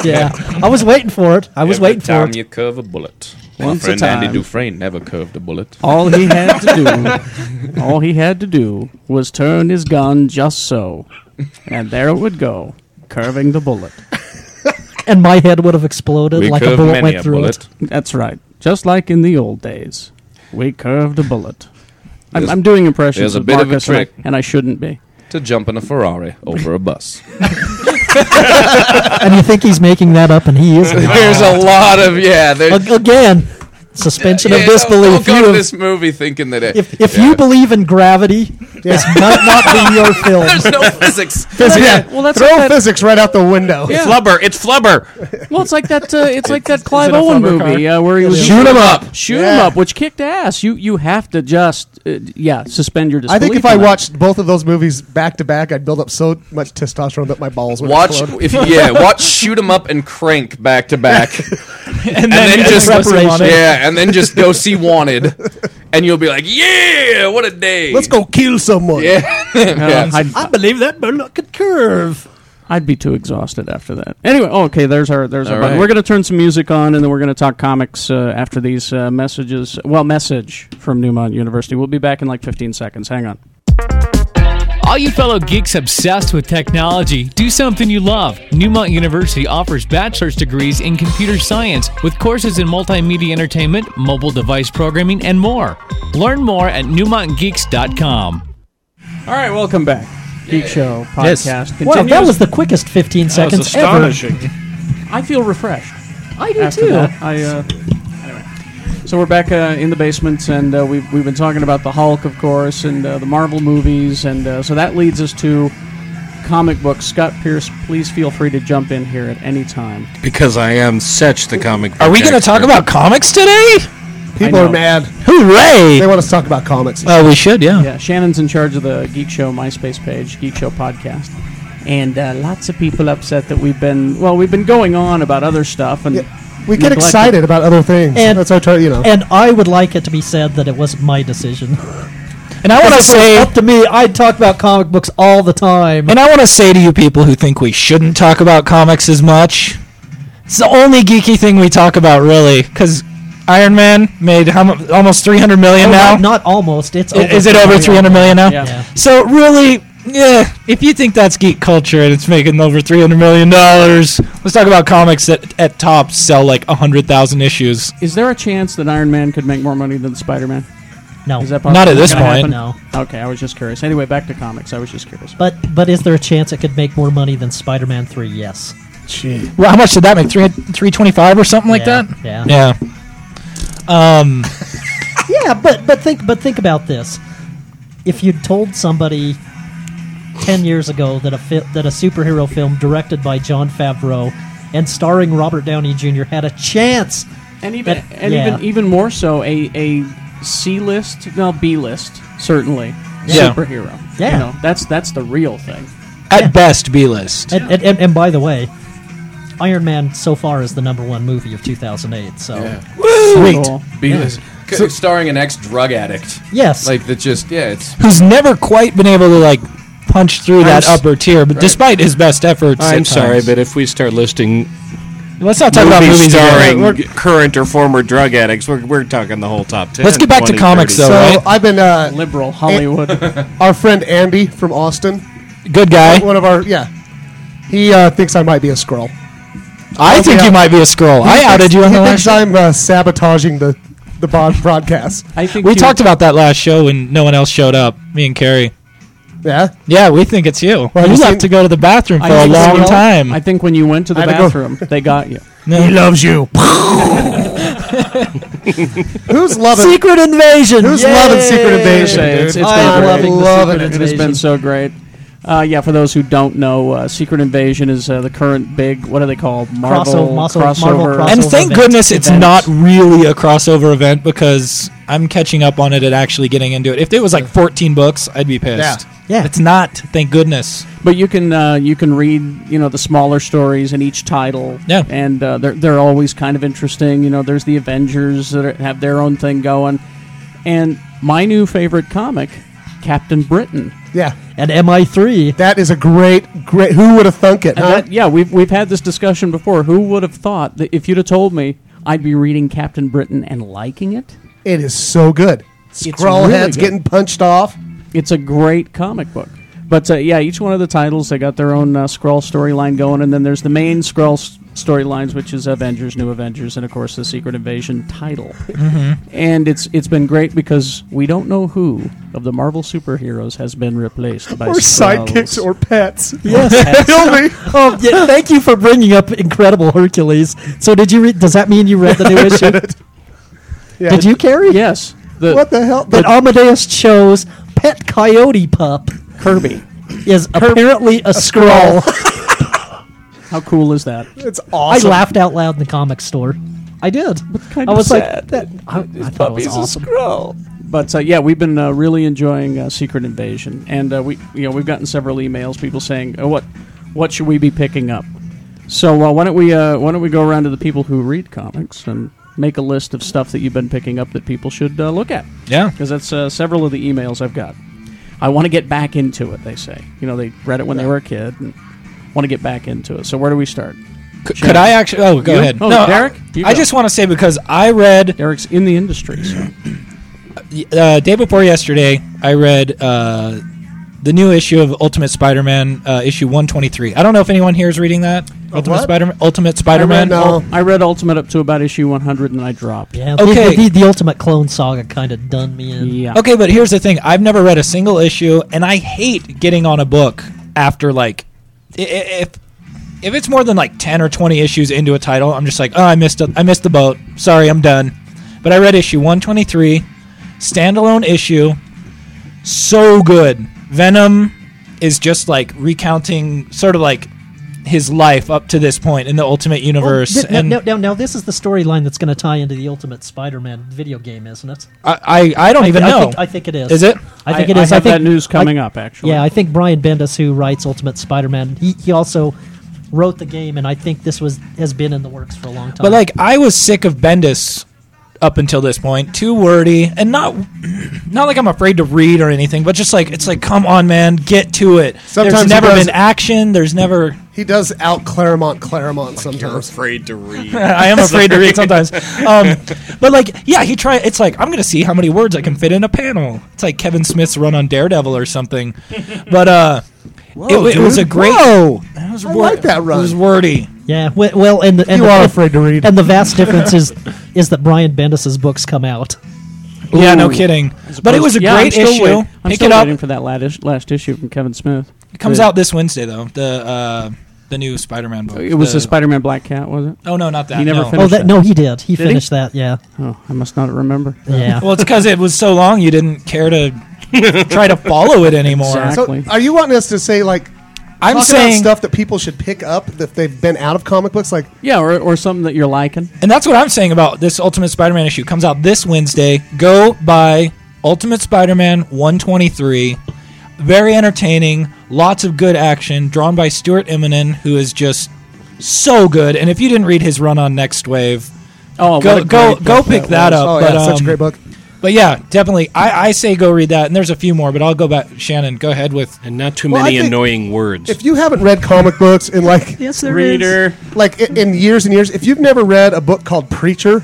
F: yeah, I was waiting for it. I was
G: Every
F: waiting for
G: time
F: it.
G: you curve a bullet.
B: Once a
G: My friend
B: time.
G: Andy Dufresne never curved a bullet.
B: All he had to do, all he had to do, was turn his gun just so, and there it would go, curving the bullet.
F: and my head would have exploded
G: we
F: like a
G: curved
F: bullet
G: many
F: went
G: a
F: through
G: bullet.
F: it.
B: That's right, just like in the old days, we curved a bullet. I'm, I'm doing impressions
G: there's a
B: of
G: bit of a
B: Marcus, and I-
G: trick.
B: and I shouldn't be.
G: To jump in a Ferrari over a bus.
F: And you think he's making that up, and he isn't.
G: There's a
F: Oh.
G: lot of yeah. There's
F: Ag- Again, suspension
G: yeah,
F: of
G: don't-
F: disbelief.
G: Don't, go
F: You-
G: to this movie thinking that it,
F: if if you believe in gravity, this might not be your film.
G: there's no physics.
C: yeah.
B: Well, that's
C: Throw
B: like that-
C: physics right out the window.
B: Yeah.
E: Flubber, it's Flubber.
B: Well, it's like that. Uh, it's like that Clive Owen movie uh, where he was
C: Shoot 'em up.
B: shoot him
C: Yeah.
B: up, which kicked ass. You you have to just uh, yeah suspend your
C: I
B: disbelief.
C: think if I
B: on that.
C: watched both of those movies back to back, I'd build up so much testosterone that my balls would
G: Watch
C: explode.
G: if you- yeah, watch shoot 'em up and crank back to back, and
D: and
G: then just
F: Reparation.
G: yeah, and then just go see Wanted, and you'll be like, yeah, what a day.
C: Let's go kill someone.
G: Yeah,
B: Uh, I'd,
F: I believe that Murloc could curve.
B: I'd be too exhausted after that. Anyway, oh, okay, there's our there's our
G: All
B: button.
G: right.
B: We're gonna turn some music on, and then we're gonna talk comics uh, after these uh, messages. Well, message from Newmont University. We'll be back in like 15 seconds. Hang on.
I: All you fellow geeks obsessed with technology, do something you love. Newmont University offers bachelor's degrees in computer science with courses in multimedia entertainment, mobile device programming, and more. Learn more at newmontgeeks.com.
B: All right, welcome back. Geek Show podcast.
D: Yes.
B: Continues.
F: Wow, that was the quickest 15
E: That's
F: seconds ever.
E: astonishing.
B: I feel refreshed.
F: I do
B: after
F: too.
B: that. I, uh, anyway. So we're back uh, in the basement, and uh, we've, we've been talking about the Hulk, of course, and uh, the Marvel movies, and uh, so that leads us to comic books. Scott Pierce, please feel free to jump in here at any time.
E: Because I am such the comic.
D: Are we going to talk about comics today?
C: People
B: I
C: are
B: know.
C: mad. They
D: Hooray!
C: want us to talk about comics.
D: Well, Uh, we should, yeah.
B: Yeah, Shannon's in charge of the Geek Show MySpace page, Geek Show podcast, and uh, lots of people upset that we've been well, we've been going on about other stuff, and
C: Yeah. We get
B: neglected-
C: excited about other things.
F: And-
C: That's our turn, you know.
F: And I would like it to be said that it wasn't my decision.
D: And I want to
F: If it was
D: say,
F: up to me, I'd talk about comic books all the time.
D: and I want to say to you people who think we shouldn't talk about comics as much, it's the only geeky thing we talk about, really, because Iron Man made how mu- almost 300 million
F: Oh,
D: now.
F: not, not almost. It's
D: I-
F: over
D: is it over 300 million now?
B: Yeah.
F: Yeah.
D: So really, yeah, if you think that's geek culture and it's making over 300 million dollars, let's talk about comics that at top sell like 100,000 issues.
B: Is there a chance that Iron Man could make more money than Spider Man?
F: No.
B: Is that possible?
D: Not at this
B: Gonna
D: point.
F: No.
B: Okay, I was just curious. Anyway, back to comics. I was just curious.
F: But but is there a chance it could make more money than Spider-Man 3? Yes.
D: Well, how much did that make? 3 325 or something like
F: Yeah,
D: that?
F: yeah.
D: Yeah. Um,
F: Yeah, but but think but think about this. If you'd told somebody 10 years ago that a fi- that a superhero film directed by John Favreau and starring Robert Downey Jr. had a chance
B: And even
F: But-
B: and
F: yeah.
B: even even more so, a a C list, no B list, certainly
D: Yeah.
B: superhero.
F: Yeah.
B: you know, that's that's the real thing.
D: at best B list.
F: And, and, and, and by the way, Iron Man so far is the number one movie of 2008. So
D: Sweet.
B: Cool.
G: B-list. C- starring an ex-drug addict.
F: yes,
G: Like that, just yeah, it's
D: Who's never quite been able to like punch through that
E: s-
D: upper tier, but despite his best efforts. at
E: I'm
D: times.
E: sorry, but if we start listing
D: let's not talk about
E: movies
D: movies again.
E: starring
D: We're-
E: current or former drug addicts, we're, we're talking the whole top ten.
D: Let's get back to
E: 20,
D: comics,
E: 30.
C: so
D: right.
C: I've been uh,
B: Liberal Hollywood.
C: our friend Andy from Austin.
D: Good guy.
C: One of our yeah. He uh, thinks I might be a scroll.
D: I
C: I'll
D: think
C: be
D: you
C: out-
D: might be a scroll. I outed you on
C: he
D: the last.
C: thinks I'm uh, sabotaging the the broad- broadcast.
B: I think
D: We
B: you-
D: talked about that last show when no one else showed up. Me and Carrie.
C: Yeah.
D: Yeah, we think it's you.
C: have
D: you
C: you
D: left
C: seen-
D: to go to the bathroom for
B: I
D: a
B: think when
D: long
B: you-
D: time.
B: I think when you went to the
C: I had to go-
B: bathroom, they got you.
D: No.
C: loves you. Who's loving?
F: Secret Invasion.
C: Who's
F: Yay!
C: loving Secret Invasion?
B: Say it's,
C: dude?
B: it's
F: I
B: been
F: am
B: great.
F: loving the
C: Love
F: Secret
C: it.
B: It has been
F: Invasion.
B: so great. Uh, yeah, for those who don't know, uh, Secret Invasion is uh, the current big. What are they called? Marvel
F: muscle-
B: crossover.
F: Marvel crossover.
D: and thank
F: event-
D: goodness it's
B: event.
D: not really a crossover event because I'm catching up on it and actually getting into it. If it was like 14 books, I'd be pissed.
F: Yeah. Yeah.
D: It's not. Thank goodness.
B: But you can uh, you can read you know the smaller stories in each title,
D: Yeah.
B: and uh, they're they're always kind of interesting. You know, there's the Avengers that are, have their own thing going. and my new favorite comic, Captain Britain.
C: Yeah.
F: And MI3.
C: That is a great, great. Who would have thunk it?
B: And
C: Huh?
B: that- yeah, we've we've had this discussion before. Who would have thought that if you'd have told me I'd be reading Captain Britain and liking it?
C: It is so good. Scroll
B: really
C: heads
B: good.
C: getting punched off.
B: It's a great comic book. But uh, yeah, each one of the titles they got their own uh, scroll storyline going, and then there's the main scroll s- storylines, which is Avengers, New Avengers, and of course the Secret Invasion title.
C: Mm-hmm.
B: And it's it's been great because we don't know who of the Marvel superheroes has been replaced by
C: Or
B: Skrulls.
C: sidekicks or pets.
F: Yes.
C: Kill me.
F: oh, yeah, thank you for bringing up Incredible Hercules. So did you read? Does that mean you read the new issue?
C: Yeah.
F: Did you carry?
B: yes, the
C: What the hell? uh,
F: That Amadeus chose pet coyote pup
B: Kirby.
F: is apparently a scroll.
B: How cool is that?
C: It's
F: I
C: awesome.
F: laughed out loud in the comic store. I did.
B: kind
F: I
B: of
F: was
B: sad.
F: like, that, I, I thought it was awesome.
B: But uh, yeah, we've been uh, really enjoying uh, Secret Invasion, and uh, we you know we've gotten several emails, people saying, oh, "What what should we be picking up?" So uh, why don't we uh, why don't we go around to the people who read comics and make a list of stuff that you've been picking up that people should uh, look at?
D: Yeah.
B: because that's uh, several of the emails I've got. I want to get back into it. They say, you know, they read it when they were a kid and want to get back into it. So where do we start?
D: C- could I actually? Oh, go
B: You?
D: ahead.
B: Oh,
D: no,
B: Derek, you
D: I, I
B: go.
D: just want to say because I read
B: Derek's in the industry. So.
D: uh, day before yesterday, I read uh, the new issue of Ultimate Spider-Man, uh, issue 123. I don't know if anyone here is reading that. Ultimate
C: what?
D: Spider-Man. Ultimate
B: I
D: Spider-Man.
B: read,
C: no.
B: Ul- I read Ultimate up to about issue 100 and I dropped.
F: Yeah,
D: Okay.
F: okay. the, the, the Ultimate Clone Saga kind of done me in.
B: Yeah.
D: Okay, but here's the thing. I've never read a single issue, and I hate getting on a book after like i- i- if if it's more than like ten or twenty issues into a title. I'm just like, oh, I missed a, I missed the boat. Sorry, I'm done. But I read issue 123, standalone issue, so good. Venom is just like recounting sort of like his life up to this point in the Ultimate Universe,
F: Well, Oh, th-
D: and
F: now, now, now this is the storyline that's going to tie into the Ultimate Spider-Man video game, isn't it?
D: I, I I don't even
F: I
D: know.
F: think, I think it is.
D: Is it?
F: I think
B: I,
F: it is.
B: I
F: I,
B: have
F: think
B: that news coming up, actually.
F: Yeah, I think Brian Bendis, who writes Ultimate Spider-Man, he, he also wrote the game, and I think this was has been in the works for a long time.
D: But like I was sick of Bendis up until this point. Too wordy and not not like I'm afraid to read or anything, but just like it's like come on man, get to it.
C: Sometimes
D: there's
C: he
D: never
C: does-
D: been action, there's never
C: He does out Claremont Claremont
E: You're
C: sometimes.
E: afraid to read.
D: I am afraid to read sometimes. Um, but like yeah, he try it's like I'm going to see how many words I can fit in a panel. It's like Kevin Smith's run on Daredevil or something. But uh it, it was a
C: dude.
D: great
C: Whoa.
D: That was
C: I
D: wor-
C: like that run.
D: It was wordy.
F: yeah, we- well, and, the, and
C: You
F: the-
C: are afraid to read.
F: And the vast difference is is that Brian Bendis's books come out.
D: Yeah, no
B: Ooh.
D: kidding. But it was a
B: Yeah, I'm
D: great
B: still
D: issue.
B: wait- I'm
D: Pick
B: still
D: it up.
B: waiting for that last, last issue from Kevin Smith.
D: It comes
B: The-
D: out this Wednesday though. The uh, the new Spider-Man book.
B: It was
D: the,
B: the Spider-Man Black Cat, was it?
D: Oh no, not that.
B: He never
D: no.
B: finished-
F: Oh, that,
B: that.
F: no, he did. He
B: Did he?
F: finished that. Yeah,
B: Oh, I must not remember.
F: yeah.
D: Well, it's because it was so long. You didn't care to try to follow it anymore.
B: Exactly.
C: So, are you wanting us to say like
D: I'm
C: talk
D: saying,
C: about stuff that people should pick up if they've been out of comic books? Like
B: Yeah, or, or something that you're liking.
D: and that's what I'm saying about this Ultimate Spider-Man issue. Comes out this Wednesday. Go buy Ultimate Spider-Man 123. Very entertaining. Lots of good action. Drawn by Stuart Eminem, who is just so good. And if you didn't read his run on Next Wave,
B: Oh, what
D: go
B: a
D: go
B: great
D: go
B: book
D: pick
B: that
D: that,
B: was.
D: up.
C: oh
D: but,
C: yeah, such a
D: um,
C: great book.
D: But yeah, definitely. I, I say go read that, and there's a few more, but I'll go back. Shannon, go ahead with.
E: and not too
C: Well, I
E: many
C: think-
E: annoying words.
C: If you haven't read comic books in like
F: yes, there
C: like i- in years and years, if you've never read a book called Preacher,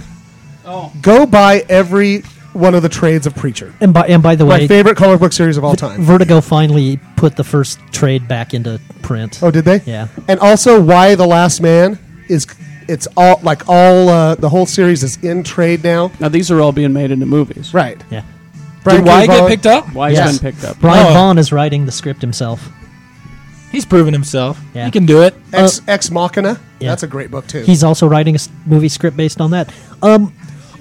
C: go buy every one of the trades of Preacher.
F: And by and by the
C: My
F: way,
C: favorite comic book series of all time.
F: Vertigo finally put the first trade back into print.
C: Oh, did they?
F: Yeah.
C: And also, why the Last Man is it's all like all uh, the whole series is in trade now.
B: Now these are all being made into movies.
C: Right.
F: Yeah.
C: Brian
D: Did Y
C: K.
D: get
C: Vaughan-
D: picked up?
B: Why has
F: Yes.
B: been picked up?
F: Brian
D: Oh.
F: Vaughn is writing the script himself.
D: He's proven himself.
F: Yeah.
D: He can do it.
C: Ex, Ex Machina.
F: yeah.
C: That's a great book too.
F: He's also writing a s- movie script based on that. Um,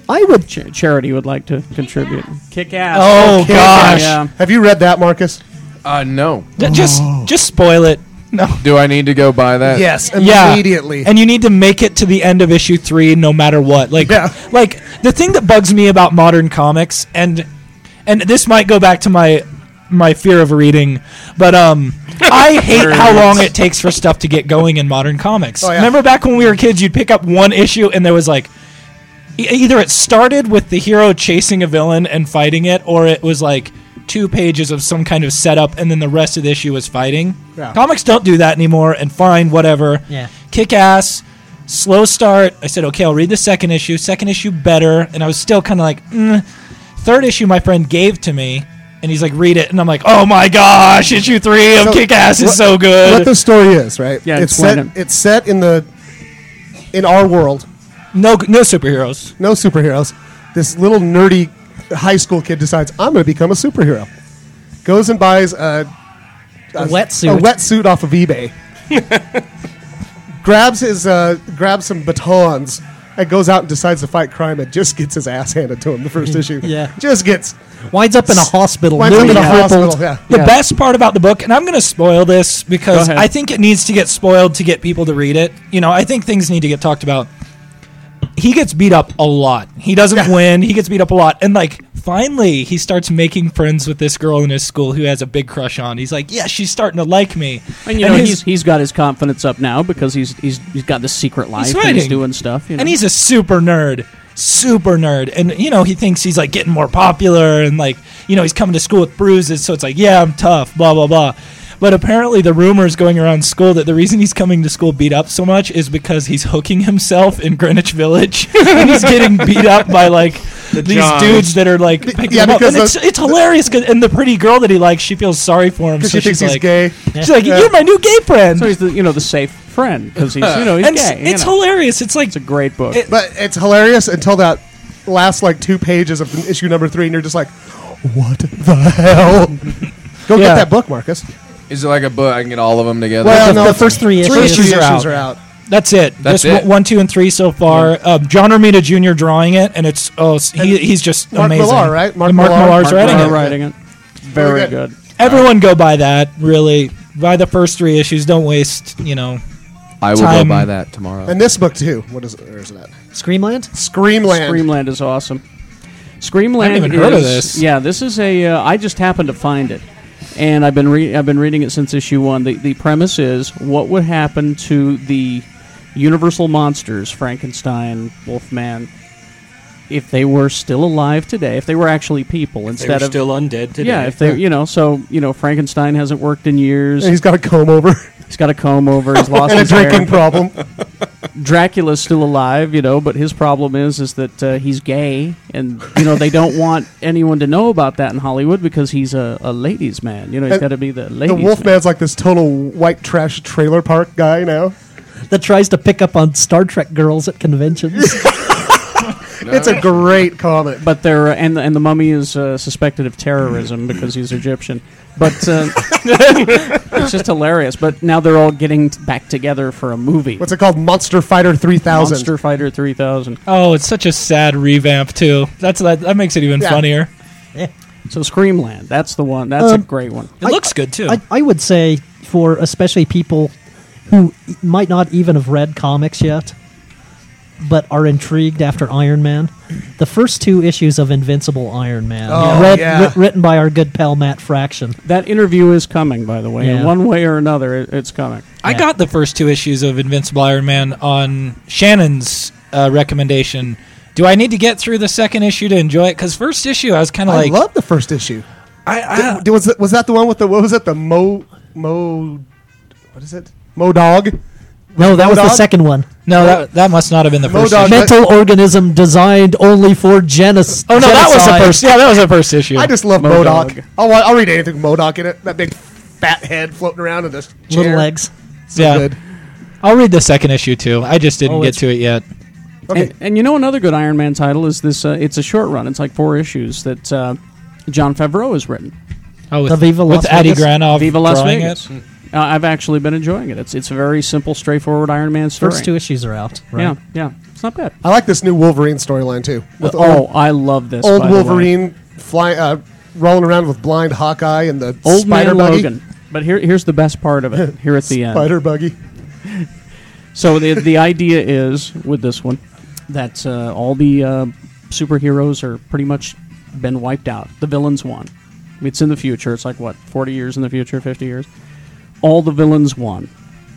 F: I would.
B: Ch- Charity would like to contribute. Kick ass.
D: Oh
C: Okay.
D: gosh!
B: Yeah.
C: Have you read that, Marcus?
G: Uh, no.
D: D- Just just spoil it.
G: Do I need to go buy that?
C: Yes,
D: Yeah.
C: immediately.
D: And you need to make it to the end of issue three, no matter what. Like
C: Yeah.
D: like the thing that bugs me about modern comics, and and this might go back to my my fear of reading, but um. I hate how long it takes for stuff to get going in modern comics.
C: Oh, yeah.
D: Remember back when we were kids, you'd pick up one issue and there was like e- either it started with the hero chasing a villain and fighting it, or it was like two pages of some kind of setup, and then the rest of the issue was fighting.
C: Yeah.
D: Comics don't do that anymore, and fine, whatever.
F: Yeah.
D: Kick ass, slow start. I said, okay, I'll read the second issue. Second issue better, and I was still kind of like, mm. third issue my friend gave to me. And he's like, read it, and I'm like, oh my gosh, issue three of
C: So,
D: Kick Ass is
C: what-
D: so good.
C: What the story is, right?
B: Yeah,
C: it's
B: explain
C: set.
B: it.
C: It's set in the in our world.
D: no, no superheroes.
C: no superheroes. This little nerdy high school kid decides I'm going to become a superhero. Goes and buys a,
F: A
C: a
F: wetsuit.
C: wetsuit off of eBay. grabs his uh, grabs some batons and goes out and decides to fight crime and just gets his ass handed to him the first issue.
F: Yeah.
C: just gets
F: winds up in a hospital.
C: winds up in
F: newly
C: a hospital.
F: crippled.
C: Yeah.
D: The best part about the book, and I'm going to spoil this because
B: Go ahead.
D: I think it needs to get spoiled to get people to read it. You know, I think things need to get talked about. He gets beat up a lot. He doesn't win. He gets beat up a lot. And like finally he starts making friends with this girl in his school who has a big crush on. He's like, "Yeah, she's starting to like me."
B: And you know
D: his-
B: he's he's got his confidence up now because he's he's he's got this secret life and he's
D: writing.
B: doing stuff. You know?
D: and he's a super nerd super nerd and you know he thinks he's like getting more popular and like you know he's coming to school with bruises so it's like yeah i'm tough blah blah blah but apparently the rumors going around school that the reason he's coming to school beat up so much is because he's hooking himself in greenwich village and he's getting beat up by like these
E: Johns.
D: dudes that are like picking
C: yeah,
D: him up.
C: because
D: And it's,
C: those-
D: it's hilarious 'cause- and the pretty girl that he likes she feels sorry for him
C: 'Cause
D: so
C: she thinks
D: she's
C: he's
D: like
C: gay.
D: she's like
C: Yeah.
D: you're my new gay friend
B: so he's the, you know the safe friend because he's you know he's
D: and
B: gay. you
D: it's, it's
B: know.
D: hilarious it's like
B: It's a great book.
D: It-
C: But it's hilarious until that last like two pages of issue number three, and you're just like, what the hell? Go
D: Yeah.
C: get that book, Marcus.
G: Is it like a book? I can get all of them together.
C: Well, no,
F: the first three
C: three
F: issues.
C: issues,
D: are out.
C: are out.
D: That's it. That's
G: That's
D: Just
G: it.
D: one, two, and three so far. Um, John Romita Jr. drawing it, and it's oh, s- he, he's just
C: Mark
D: amazing.
C: Millar, right?
D: Mark,
C: Mark
D: and Mark
C: Millar.
D: Millar's
C: Mark
D: writing
B: Or
C: Millar,
D: it.
C: right.
B: writing it. Very
C: Really
B: good.
C: good.
D: Everyone go buy that. Really, buy the first three issues. Don't waste. You know,
G: I will
D: Time.
G: go buy that tomorrow.
C: And this book too. What is it? Where is that?
F: Screamland?
C: Screamland.
B: Screamland is awesome. Screamland.
D: I haven't even heard of
B: is-
D: this.
B: Yeah, this is a. Uh, I just happened to find it, and I've been re- I've been reading it since issue one. The the premise is what would happen to the Universal monsters, Frankenstein, Wolfman, if they were still alive today, if they were actually people
E: They were
B: instead of
E: still undead today.
B: yeah, if they you know so you know Frankenstein hasn't worked in years.
C: And he's got a comb over
B: He's got a comb over. He's lost
C: and a
B: his hair.
C: drinking problem.
B: Dracula's still alive, you know, but his problem is is that uh, he's gay, and you know they don't want anyone to know about that in Hollywood because he's a, a ladies' man. You know, he's
C: And
B: got to be the
C: The
B: ladies. man.
C: Wolfman's like this total white trash trailer park guy now.
F: That tries to pick up on Star Trek girls at conventions.
C: It's a great comic.
B: But they're uh, and the- and the mummy is uh, suspected of terrorism because he's Egyptian. But uh, it's just hilarious. But now they're all getting t- back together for a movie.
C: What's it called? Monster Fighter 3000.
B: Monster Fighter Three Thousand?
D: oh, it's such a sad revamp too. That's that, that makes it even
C: Yeah.
D: funnier.
B: So Screamland, that's the one. That's a
F: Um,
B: great one.
D: It looks good too.
F: I, I would say for especially people who e- might not even have read comics yet, but are intrigued after Iron Man, the first two issues of Invincible Iron Man,
C: Oh,
F: read-
C: yeah.
F: writ- written by our good pal Matt Fraction.
B: That interview is coming, by the way, in
F: Yeah.
B: one way or another, it, it's coming.
D: I got the first two issues of Invincible Iron Man on Shannon's uh, recommendation. Do I need to get through the second issue to enjoy it? Because first issue, I was kind of
C: I
D: like,
C: love the first issue.
D: I, I,
C: Did- was, that, was that the one with the, what was it? The Mo, Mo, what is it? Mo Dog?
F: No, that was the
C: Modog?
F: second one.
D: no, that, that must not have been the first.
C: Modog-
D: issue.
F: Mental organism designed only for genis-
D: Oh no, that was the
F: genocide.
D: first. Yeah, that was the first issue.
C: I just love
B: Modog.
C: Modok. I'll, wa- I'll read anything with Modok in it. That big fat head floating around in this chair.
F: Little legs.
C: So
D: yeah.
C: good.
D: I'll read the second issue too. I just didn't
F: Oh,
D: get
F: it's-
D: to it yet.
C: Okay.
B: And, and you know another good Iron Man title is this. Uh, it's a short run. It's like four issues that uh, John Favreau has written.
D: Oh, with,
F: The Viva Las
D: with Addy
F: Vegas-
D: Granov
B: Viva Las
D: drawing
B: Vegas.
D: it.
B: Uh, I've actually been enjoying it. It's it's a very simple, straightforward Iron Man story.
F: First two issues are out. Right?
B: Yeah, yeah, it's not bad.
C: I like this new Wolverine storyline too. With
B: oh, I love this.
C: old,
B: by
C: old
B: the way.
C: Wolverine fly, uh, rolling around with blind Hawkeye and the
B: old
C: spider
B: man
C: buggy.
B: Logan. But here, here's the best part of it. Here at the end.
C: Spider buggy.
B: So the the idea is with this one that uh, all the uh, superheroes are pretty much been wiped out. The villains won. It's in the future. It's like what forty years in the future, fifty years. All the villains won.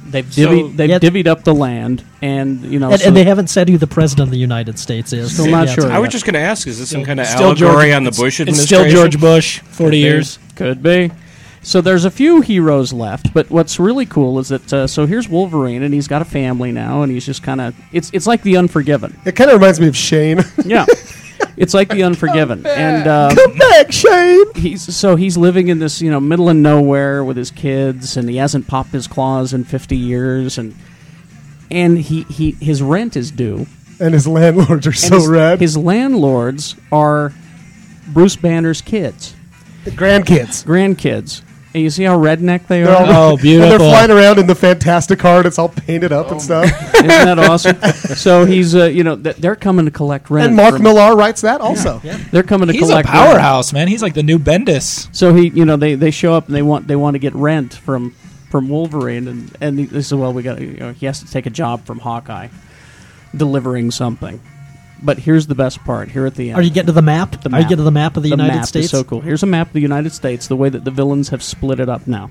B: They've divvied, they've
F: Yet-
B: divvied up the land, and you know,
F: And,
B: so
F: and they haven't said who the president of the United States is.
B: Still not
F: yet.
B: sure.
E: I was just going to ask: Is this some kind of
D: Still
E: allegory
D: George-
E: on the
D: it's-
E: Bush
D: It's still
E: administration?
D: George Bush, forty years.
B: could be. So there's a few heroes left, but what's really cool is that uh, so here's Wolverine, and he's got a family now, and he's just kind of it's it's like The Unforgiven.
C: It kind of reminds me of Shane.
B: Yeah, it's like The Unforgiven, and uh,
C: Come back, Shane.
B: he's so he's living in this you know middle of nowhere with his kids and he hasn't popped his claws in 50 years and and he, he his rent is due
C: And his landlords are
B: and
C: so
B: his,
C: rad.
B: his landlords are bruce banner's kids
C: grandkids.
B: grandkids and you see how redneck they
C: They're
B: are
C: all-
D: Oh, beautiful.
C: And they're flying around in the Fantastic car, and it's all painted
B: Oh.
C: up and stuff.
B: isn't that awesome so he's uh, you know th- they're coming to collect rent
C: And Mark
B: from-
C: Millar writes that also.
B: they're coming to
D: He's a
B: collect rent.
D: powerhouse, man. He's like the new Bendis.
B: So he, you know, they, they show up and they want they want to get rent from from Wolverine, and and he- they say, well, we got you know, he has to take a job from Hawkeye, delivering something. But here's the best part. Here at the end,
F: Are you getting to the map? Are you
B: map.
F: getting to the map of the, United
B: map
F: States?
B: Is so cool. Here's a map of the United States. The way that the villains have split it up now.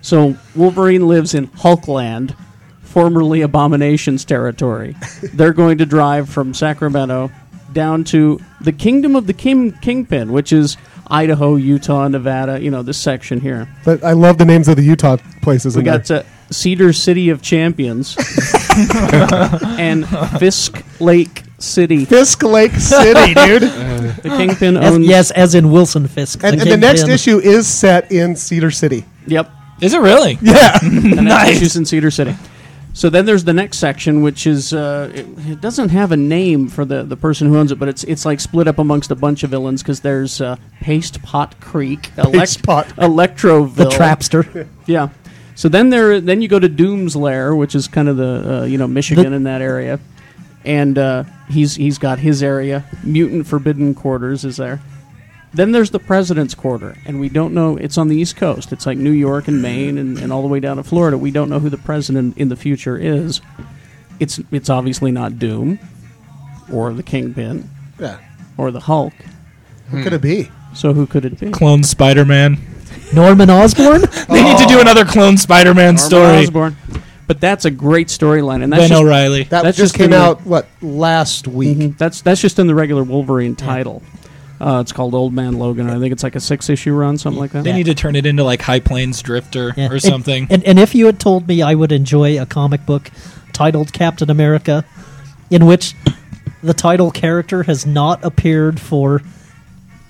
B: So Wolverine lives in Hulkland, formerly Abomination's territory. They're going to drive from Sacramento down to the Kingdom of the King, Kingpin, which is Idaho, Utah, Nevada. You know this section here.
C: But I love the names of the Utah places.
B: We
C: in
B: got
C: there.
B: uh, Cedar City of Champions and Fisk Lake City.
C: Fisk Lake City, dude. and
B: The Kingpin
F: As-
B: owns.
F: yes, as in Wilson Fisk.
C: and the
F: Kingpin.
C: next issue is set in Cedar City.
B: Yep.
D: Is it really?
C: Yeah.
B: The next
D: Nice.
B: issue's in Cedar City. So then there's the next section, which is uh, it, it doesn't have a name for the, the person who owns it, but it's it's like split up amongst a bunch of villains because there's uh, Paste Pot Creek,
C: Paste Pot.
B: Electroville,
F: the trapster.
B: Yeah. So then there, then you go to Doom's Lair, which is kind of the uh, you know Michigan in that area, and uh, he's he's got his area. Mutant Forbidden Quarters is there. Then there's the President's Quarter, and we don't know. It's on the East Coast. It's like New York and Maine, and, and all the way down to Florida. We don't know who the president in the future is. It's it's obviously not Doom, or the Kingpin,
C: yeah.
B: or the Hulk. Hmm.
C: What could it be?
B: So who could it be?
D: Clone Spider Man.
F: Norman Osborn?
D: They need to do another Clone Spider Man
B: Norman
D: story.
B: Osborn. But that's a great storyline, and that's
D: Ben
B: just-
D: O'Reilly.
C: That
B: That's just
C: just
B: in
C: came
B: the- Mm-hmm.
C: out what last week.
B: That's that's just in the regular Wolverine title. Uh, it's called Old Man Logan. I think it's like a six issue run, something like that.
D: They need to turn it into like High Plains Drifter
F: Yeah.
D: or
F: And-
D: something.
F: And, and, if you had told me I would enjoy a comic book titled Captain America, in which the title character has not appeared for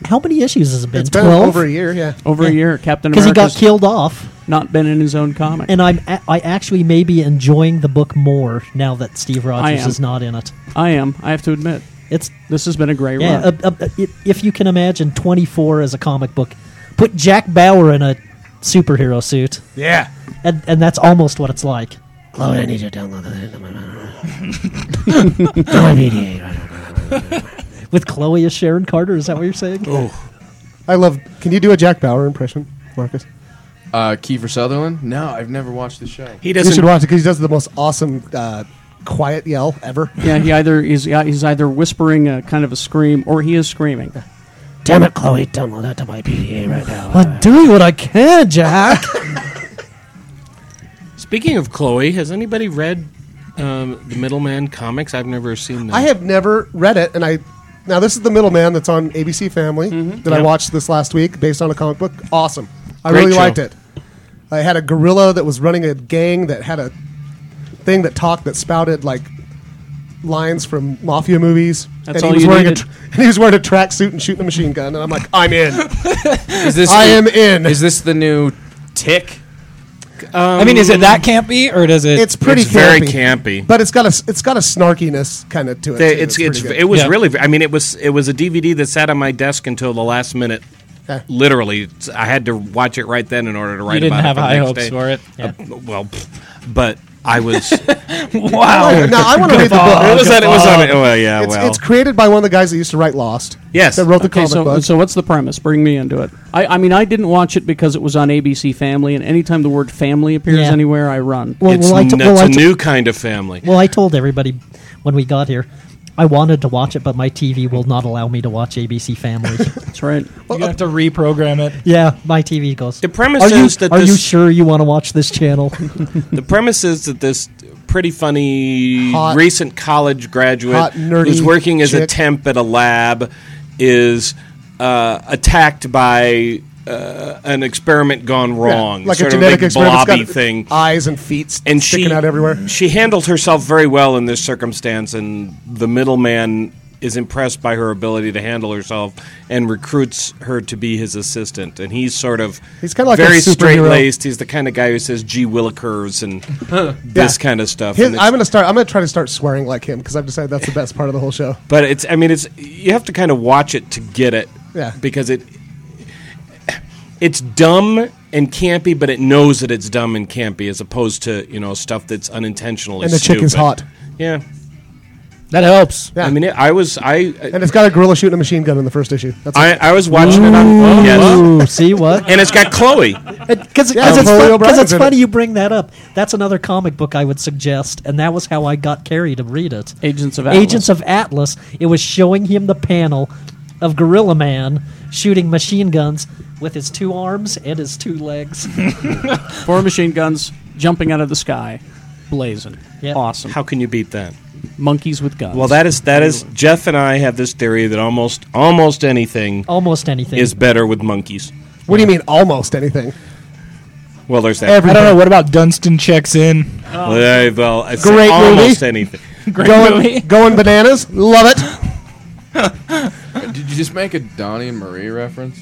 F: how many issues has it been?
C: It's been
F: Twelve.
C: over a year. Yeah.
B: Over a year, Captain
F: because he got
B: America's
F: killed off,
B: not been in his own comic.
F: and I'm a- I actually may be enjoying the book more now that Steve Rogers
B: am.
F: is not in it.
B: I am. I have to admit,
F: It's
B: this has been a great
F: yeah.
B: run.
F: uh, uh, it- if you can imagine 24 as a comic book, put Jack Bauer in a superhero suit,
C: Yeah.
F: and and that's almost what it's like.
J: Chloe, I need you to download it. Don't mediate.
F: With Chloe as Sharon Carter, is that what you're saying?
J: Oh,
C: I love. Can you do a Jack Bauer impression, Marcus?
G: Uh, Kiefer Sutherland? No, I've never watched the show.
E: He
C: You should
E: doesn't.
C: watch it because he does the most awesome uh, quiet yell ever.
B: yeah, he either is he's either whispering a kind of a scream or he is screaming.
J: Damn it, Chloe, download that to my PDA right now.
F: I'm doing what I can, Jack.
E: Speaking of Chloe, has anybody read um, the Middleman comics? I've never seen them.
C: I have never read it, and I now this is the middleman that's on ABC Family that I watched this last week based on a comic book. Awesome, I
E: Mm-hmm. Great
C: really
E: show.
C: liked it. I had a gorilla that was running a gang that had a thing that talked that spouted like lines from mafia movies.
B: That's
C: and
B: all
C: he was
B: you
C: wearing a
B: needed.
C: tr- and he was wearing a tracksuit and shooting a machine gun, and I'm like, I'm in.
G: Is this
C: I
G: the-
C: am in.
G: Is this the new Tick?
D: I mean, is it that campy or does it?
C: It's pretty
E: it's
C: campy,
E: very campy.
C: but it's got a s- it's got a snarkiness kind of to it.
E: They-
C: too.
E: it's,
C: pretty
E: it's,
C: good.
E: it was
D: Yeah.
E: really. I mean, it was it was a DVD that sat on my desk until the last minute.
C: Okay.
E: Literally, It's- I had to watch it right then in order to write.
D: you didn't
E: about
D: have
E: it for the
D: high
E: next
D: hopes for
E: day.
D: it.
E: Uh, well, pff, but I was.
D: Wow.
C: now I want to read the book.
E: it was on. It was on. Well, yeah.
C: It's,
E: well,
C: it's created by one of the guys that used to write Lost.
E: Yes.
C: That wrote the
B: Okay,
C: comic
B: so
C: book.
B: so what's the premise? Bring me into it. I, I mean, I didn't watch it because it was on ABC Family, and anytime the word family appears
F: Yeah.
B: anywhere, I run.
F: Well,
E: it's,
F: well, I to-
E: n-
F: well, I
E: it's
F: to-
E: a new kind of family.
F: well, I told everybody when we got here, I wanted to watch it, but my TV will not allow me to watch ABC Family.
B: That's right.
D: You have to reprogram it.
F: yeah, my TV goes.
E: The premise
F: Are you,
E: is that
F: are
E: this,
F: you sure you want to watch this channel?
E: the premise is that this pretty funny
C: Hot-
E: recent college graduate
C: hot, nerdy
E: who's working as a
C: chick.
E: temp at a lab is uh, attacked by uh, an experiment gone wrong,
C: like a
E: sort of
C: genetic
E: big
C: experiment. It's
E: blobby
C: got
E: thing.
C: Eyes and feet
E: and
C: sticking
E: she,
C: out everywhere.
E: She handled herself very well in this circumstance, and the middleman is impressed by her ability to handle herself and recruits her to be his assistant. And he's sort of
C: He's kinda like a
E: very
C: superhero.
E: straight laced. He's the kind of guy who says "Gee Willikers" and this kind of stuff.
C: His,
E: And it's-
C: I'm gonna start. I'm gonna try to start swearing like him because I've decided that's the best part of the whole show.
E: but it's I mean it's you have to kind of watch it to get it.
C: Yeah.
E: Because it it's dumb and campy, but it knows that it's dumb and campy as opposed to you know stuff that's unintentionally.
C: And the chick is
E: stupid.
C: hot.
E: Yeah.
D: That helps.
C: Yeah.
E: I mean, it, I was I
C: And it's got a gorilla shooting a machine gun in the first issue. That's
E: I,
C: it.
E: I was watching it on yes,
F: Ooh, see what?
E: and it's got Chloe.
F: Because
C: Yeah,
F: it's,
C: Paul
F: fun- Uh, 'cause
C: O'Brien's
F: it's
C: in
F: funny
C: it.
F: you bring that up. That's another comic book I would suggest, and that was how I got Carrie to read it.
B: Agents of Atlas.
F: Agents of Atlas. It was showing him the panel of Gorilla Man shooting machine guns with his two arms and his two legs.
B: Four machine guns jumping out of the sky, blazing.
F: Yep.
B: Awesome.
E: How can you beat that?
B: Monkeys with guns.
E: Well, that is that is Jeff and I have this theory that almost almost anything
F: Almost anything.
E: is better with monkeys.
C: what do you mean almost anything?
E: Well, there's that.
D: I don't know. What about Dunstan checks in?
E: Yeah, well, I said
C: Great movie.
E: almost anything.
C: going, going bananas. Love it.
G: Did you just make a Donnie and Marie reference?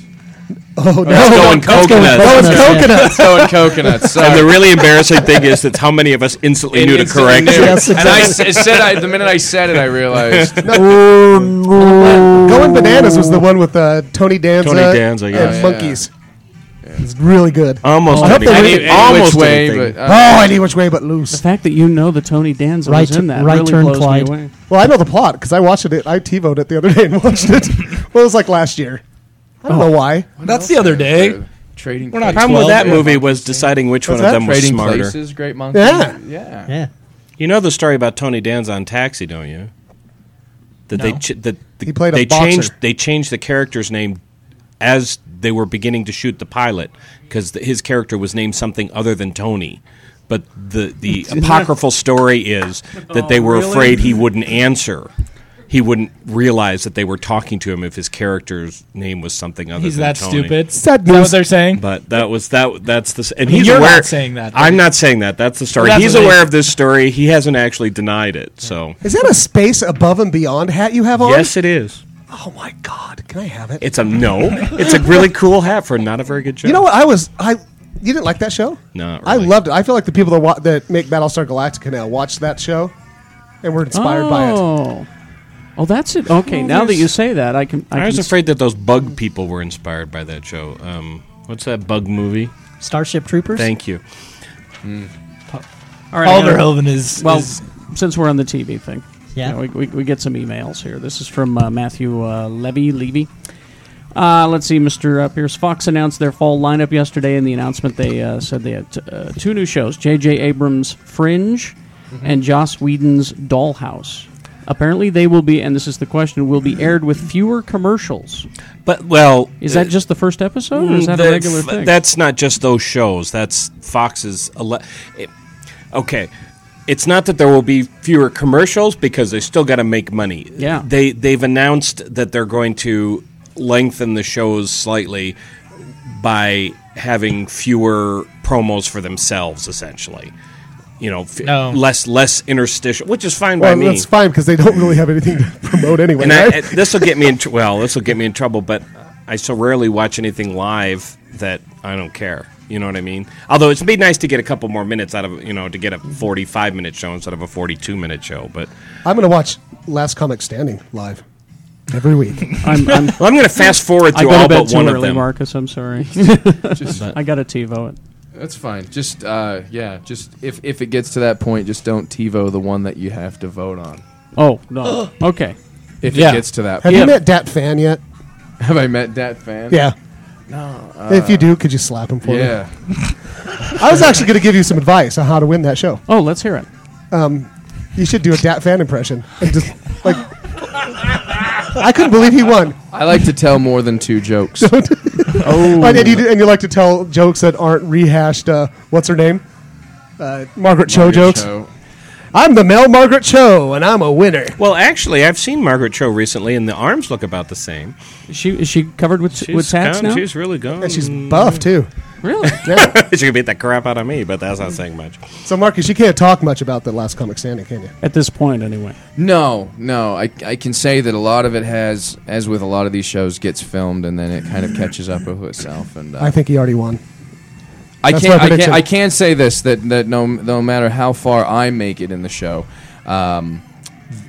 C: Oh no.
E: Going coconuts.
C: Going coconuts.
G: Throwing coconuts.
E: And the really embarrassing thing is that's how many of us instantly knew to correct
G: it.
E: you.
F: Yes,
G: And I s- said, I, the minute I said it, I realized.
C: Going bananas was the one with uh, Tony Danza,
E: Tony Danza,
C: and
E: yeah.
C: monkeys. It's really good.
E: Almost
C: I hope
E: anything.
C: they
G: any,
C: really-
G: any
E: almost
G: which way,
E: anything.
G: but
C: oh,
G: uh,
C: I need which way but
B: the
C: loose.
B: fact that you know that Tony Danza
F: Right
B: was in that
F: tu- right
B: really
F: turn,
B: blows me
F: Clyde.
B: away.
C: Well, I know the plot because I watched it. I TiVoed it the other day and watched it. well, it was like last year. I don't know why.
D: That's the other day.
G: trading.
D: We're not
G: Places.
E: The problem with
D: 12,
E: that
D: yeah.
E: movie was deciding which one
C: What's that?
E: of them was
G: trading
E: smarter.
G: places. Great monkey.
C: Yeah.
G: yeah.
F: yeah.
E: You know the story about Tony Danza on Taxi, don't you? That they ch- that the,
C: He played a
E: they
C: boxer.
E: changed they changed the character's name as they were beginning to shoot the pilot because his character was named something other than Tony. But the the apocryphal story is that
D: Oh,
E: they were afraid he wouldn't answer. He wouldn't realize that they were talking to him if his character's name was something other
D: He's
E: than
D: that
E: Tony.
D: stupid.
C: Sad
D: Is that
C: news.
D: what they're saying?
E: But that was that. That's the s- and
D: mean,
E: he's
D: you're
E: aware,
D: not saying that,
E: I'm not saying that. That's the story.
D: Well, that's
E: he's
D: what they-
E: aware of this story. He hasn't actually denied it. So
C: Is that a space above and beyond hat you have on?
E: yes, it is.
C: Oh my God! Can I have it?
E: It's a no. it's a really cool hat for not a very good show.
C: you know what? I was I. You didn't like that show?
E: Not
C: I
E: really.
C: loved it. I feel like the people that wa- that make Battlestar Galactica now watch that show, and were inspired by it.
B: oh. Oh, that's it. Okay, now that you say that, I can. I,
E: I, was
B: can s-
E: afraid that those bug people were inspired by that show. Um, what's that bug movie?
F: Starship Troopers.
E: Thank you.
B: All right, now-
D: Alderhoven is.
B: Well,
D: is-
B: since we're on the TV thing,
F: Yeah.
B: we, we, we get some emails here. This is from uh, Matthew uh, Levy. Levy. Uh, let's see, Mr. Uh, Pierce. Fox announced their fall lineup yesterday. In the announcement, they uh, said they had t- uh, two new shows: J.J. Abrams' Fringe
E: Mm-hmm.
B: and Joss Whedon's Dollhouse. Apparently, they will be, and this is the question: will
E: Mm-hmm.
B: be aired with fewer commercials.
E: But well,
B: Is that just the first episode, or is that a
E: the-
B: regular thing?
E: Mm, That's not just those shows. That's Fox's. Ele- it- okay, it's not that there will be fewer commercials because they still got to make money.
B: Yeah.
E: they they've announced that they're going to lengthen the shows slightly by having fewer promos for themselves, essentially. You know, f-
D: No.
E: less less interstitial, which is fine
C: Well,
E: by me.
C: that's fine because they don't really have anything to promote anyway.
E: And
C: right?
E: I, this will get me in tr- well, this will get me in trouble. But I so rarely watch anything live that I don't care. You know what I mean? Although it'd be nice to get a couple more minutes out of you know to get a forty-five minute show instead of a forty-two minute show. But
C: I'm going to watch Last Comic Standing live every week.
B: I'm, I'm,
E: well, I'm going to fast forward
B: I
E: through
B: go
E: all
B: to bed
E: but
B: too
E: one of
B: early,
E: them.
B: Marcus. I'm sorry.
G: Just,
B: I got a TiVo it.
G: that's fine. Just uh, yeah. Just if if it gets to that point, just don't TiVo the one that you have to vote on.
B: Oh no. okay.
G: If
D: Yeah.
G: it gets to that,
C: Have
G: point.
B: Yeah.
C: you met Dat Fan yet?
G: have I met that fan?
C: Yeah. No. uh, if you do, could you slap him for
G: Yeah.
C: me? I was actually going to give you some advice on how to win that show.
B: Oh, let's hear it.
C: You should do a Dat Fan impression and just like I couldn't believe he won.
G: I like to tell more than two jokes.
B: Oh,
C: And, you, and you like to tell jokes that aren't rehashed. Uh, what's her name? Uh, Margaret Cho Mm. jokes.
G: So,
C: I'm the male Margaret Cho, and I'm a winner.
E: Well, actually, I've seen Margaret Cho recently, and the arms look about the same.
B: she is she covered with with tats
E: gone-
B: now?
E: She's really gone.
C: And she's buff too.
B: Really?
E: she could beat the crap out of me, but that's not saying much.
C: So Marcus, you can't talk much about the last comic standing, can you?
B: At this point, anyway.
G: No, no. I, I can say that a lot of it has, as with a lot of these shows, gets filmed and then it kind of catches up with itself. And uh,
C: I think he already won.
G: I
C: That's
G: can,
C: my
G: I can
C: prediction.
G: I can say this that that no no matter how far I make it in the show, um,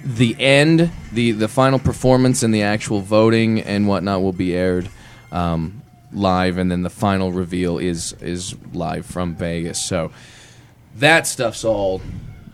G: the end, the the final performance, and the actual voting and whatnot will be aired um, live, and then the final reveal is is live from Vegas. So that stuff's all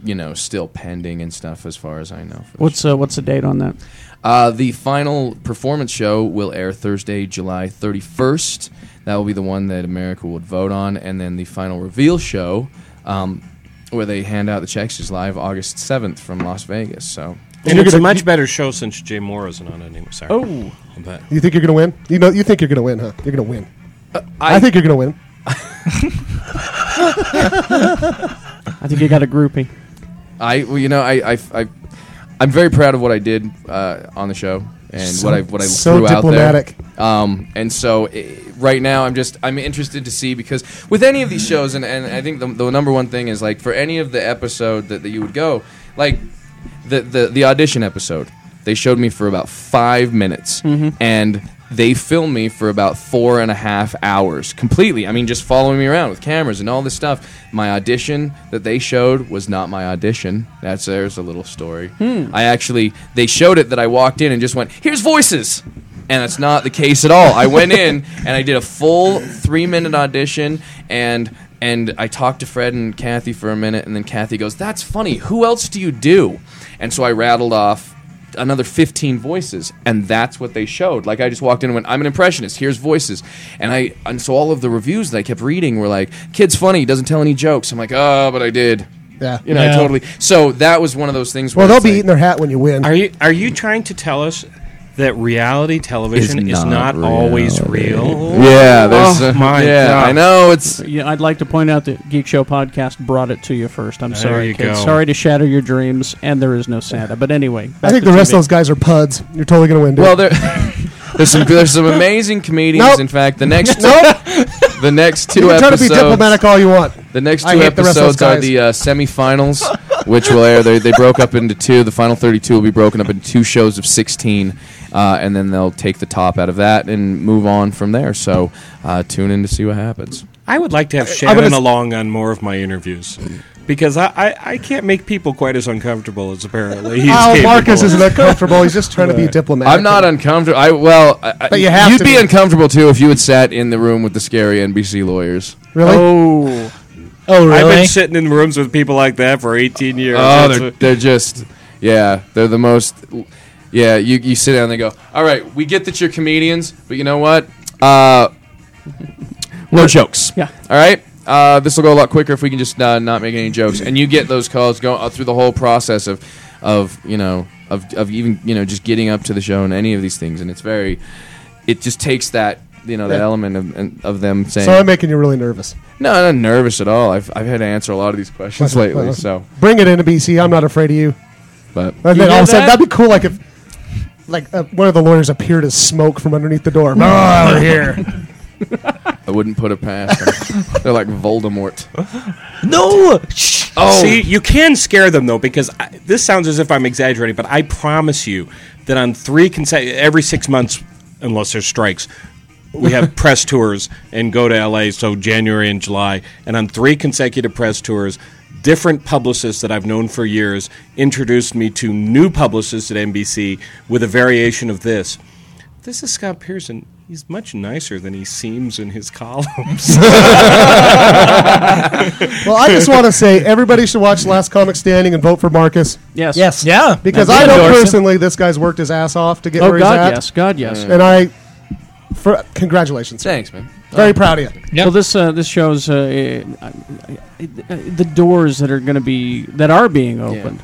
G: you know still pending and stuff as far as I know. for the
B: What's uh, what's the date on that?
G: uh, the final performance show will air Thursday, July 31st. That will be the one that America would vote on. And then the final reveal show, um, where they hand out the checks, is live August 7th from Las Vegas. So
E: And it's a much better show since Jay Moore isn't on anymore. Sorry.
B: Oh.
E: But
C: You think you're gonna win? You know, you think you're gonna win, huh? You're gonna win. I, think you're gonna win.
B: I think you got a groupie.
G: I, well, you know, I, I, I, am very proud of what I did uh, on the show and
C: So-
G: what I what I
C: so
G: threw
C: diplomatic.
G: out there. Um, and so eh, right now I'm just I'm interested to see because with any of these shows and, and I think the, the number one thing is like for any of the episode that, that you would go like the the, the audition episode they showed me for about five minutes and they filmed me for about four and a half hours completely i mean just following me around with cameras and all this stuff my audition that they showed was not my audition that's there's a little story i actually they showed it that i walked in and just went here's voices and that's not the case at all. I went in and I did a full three minute audition and and I talked to Fred and Kathy for a minute and then Kathy goes, That's funny, who else do you do? And so I rattled off another 15 voices and that's what they showed like i just walked in and went i'm an impressionist here's voices and i and so all of the reviews that i kept reading were like kid's funny doesn't tell any jokes i'm like oh but i did
C: Yeah.
G: you know
D: Yeah.
G: i totally so that was one of those things
C: Well,
G: where
C: they'll
G: it's
C: be
G: like-
C: eating their hat when you win.
E: are you are you trying to tell us that reality television
G: Is
E: is
G: not
E: not, always real?
G: yeah there's
E: Oh,
G: uh,
E: my
G: yeah
E: God.
G: i know it's
B: Yeah, I'd like to point out that Geek Show podcast brought it to you first. I'm sorry,
E: you
B: kids.
E: go.
B: Sorry to shatter your dreams, and there is no Santa. But anyway,
C: I think the rest of those guys are puds. You're totally gonna win. Dude.
G: Well, there, there's some there's some amazing comedians.
C: Nope.
G: In fact, the next
C: nope.
G: the next
C: You
G: two
C: can try to
G: episodes
C: be diplomatic all you want.
G: the next
C: I
G: two
C: hate the rest of those
G: episodes are
C: guys.
G: the uh, semifinals, which will air. They, they broke up into two. The final 32 will be broken up into two shows of 16, uh, and then they'll take the top out of that and move on from there. So uh, tune in to see what happens.
E: I would like to have
C: gonna
E: Shannon
C: s-
E: along on more of my interviews because I, I, I can't make people quite as uncomfortable as apparently he's
C: Oh,
E: capable
C: Marcus
E: of.
C: isn't uncomfortable. He's just trying to be diplomatic.
G: I'm not uncomfortable. I well, I, I-
C: But you have
G: you'd
C: to
G: be
C: be.
G: uncomfortable too if you had sat in the room with the scary NBC lawyers.
C: really.
B: Oh,
D: Oh,
E: I've
D: really?
E: been sitting in rooms with people like that for 18 years.
G: Oh,
E: That's
G: they're,
E: a-
G: they're just, yeah, they're the most. Yeah, you, you sit down and they go, all right, we get that you're comedians, but you know what? Uh, no jokes.
B: Yeah.
G: All right. Uh, this will go a lot quicker if we can just uh, not make any jokes. And you get those calls go uh, through the whole process of, of you know, of, of even you know just getting up to the show and any of these things, and it's very, it just takes that you know that
C: Yeah.
G: element of, of them saying
C: So I'm making you really nervous.
G: no, I'm not nervous at all. I've, I've had to answer a lot of these questions lately, so
C: Uh-huh. Bring it into BC. I'm not afraid of you.
G: but
C: And
B: You
C: then all
B: hear
C: of a sudden,
B: that?
C: that'd be cool. Like if, like uh, one of the lawyers appeared as smoke from underneath the door. oh, we're here.
G: I wouldn't put it past them. They're like Voldemort.
D: no. Shh.
G: Oh,
E: See, you can scare them though, because I, this sounds as if I'm exaggerating, but I promise you that on three consecutive, every six months, unless there's strikes, we have press tours and go to LA. So January and July, and on three consecutive press tours, different publicists that I've known for years introduced me to new publicists at NBC with a variation of this. This is Scott Pearson. He's much nicer than he seems in his columns.
C: Well, I just want to say everybody should watch Last Comic Standing and vote for Marcus
B: yes,
D: Yes. Yeah.
C: because
D: That's
C: I know
D: endorsement.
C: personally this guy's worked his ass off to get
B: Oh
C: where he's
B: God,
C: at.
B: yes, God, yes.
C: And I, for congratulations, sir.
G: thanks, man. Oh,
C: Very proud of you.
I: Yep.
B: Well, this uh, this shows uh, eh, I- I- the doors that are going to be that are being opened.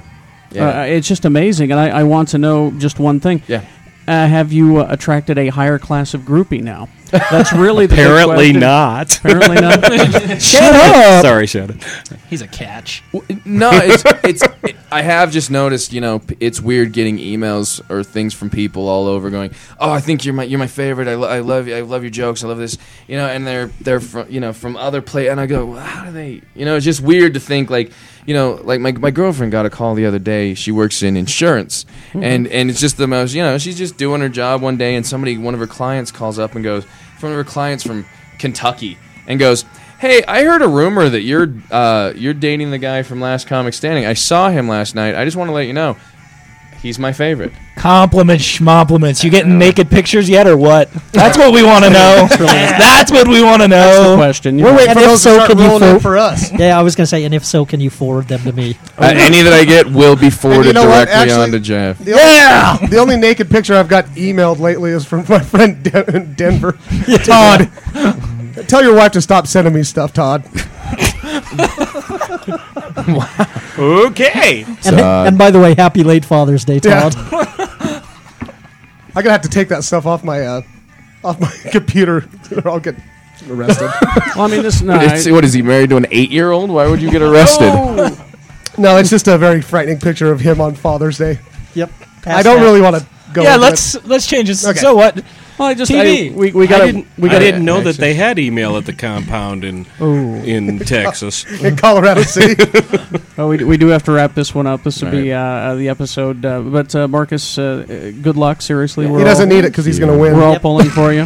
G: Yeah.
B: Uh, it's just amazing, and I, I want to know just one thing.
G: Yeah.
B: Uh, have you uh, attracted a higher class of groupie now? That's really the big question.
E: not.
B: Apparently not.
E: Sorry, Shannon.
F: He's a catch.
G: No, it's it's. It, I have just noticed. You know, p- it's weird getting emails or things from people all over going, "Oh, I think you're my you're my favorite. I, lo- I love you. I love your jokes. I love this." You know, and they're they're from you know from other play. And I go, well, "How do they?" You know, it's just weird to think like you know like my my girlfriend got a call the other day. She works in insurance, and and it's just the most. You know, she's just doing her job one day, and somebody one of her clients calls up and goes, "From her clients from Kentucky," and goes. Hey, I heard a rumor that you're uh, you're dating the guy from Last Comic Standing. I saw him last night. I just want to let you know, he's my favorite.
D: Compliments, schmompliments. You getting naked pictures yet, or what? That's what we want to know. That's what we want to know.
B: question. yeah.
F: We're waiting
C: And
F: for
C: if
F: those to
C: so,
F: start
C: can you
F: rolling in
C: vote for us?
F: Yeah, I was gonna say, and if so, can you forward them to me?
G: Uh, any that I get will be forwarded
C: Oh, know what?
G: directly
C: Actually-
G: on to Jeff.
C: The yeah. Only, the only naked picture I've got emailed lately is from my friend Den- in Denver, Todd. Tell your wife to stop sending me stuff, Todd.
E: Okay.
F: And, and by the way, happy late Father's Day,
C: Yeah.
F: Todd.
C: I'm gonna have to take that stuff off my uh, off my computer, or I'll get arrested.
B: Well, I mean, this. No,
G: It's-
B: I-
G: what is he married to an eight-year-old? Why would you get arrested?
C: no, it's just a very frightening picture of him on Father's Day.
F: Yep.
C: I don't really want to go.
D: Yeah,
C: into
D: let's
C: it.
D: let's change this.
C: Okay.
D: So what?
B: well, I just
D: TV.
B: I, we we got
E: I didn't,
B: we
E: I
B: got
E: didn't know
G: access.
E: that they had email at the compound in in Texas.
C: in Colorado City.
B: Oh, we, do- we do have to wrap this one up. This will be uh, uh, the episode. Uh, but uh, Marcus, uh, uh, good luck. Seriously, we're
C: he doesn't
B: all,
C: need it because he's gonna win.
B: We're all pulling for you.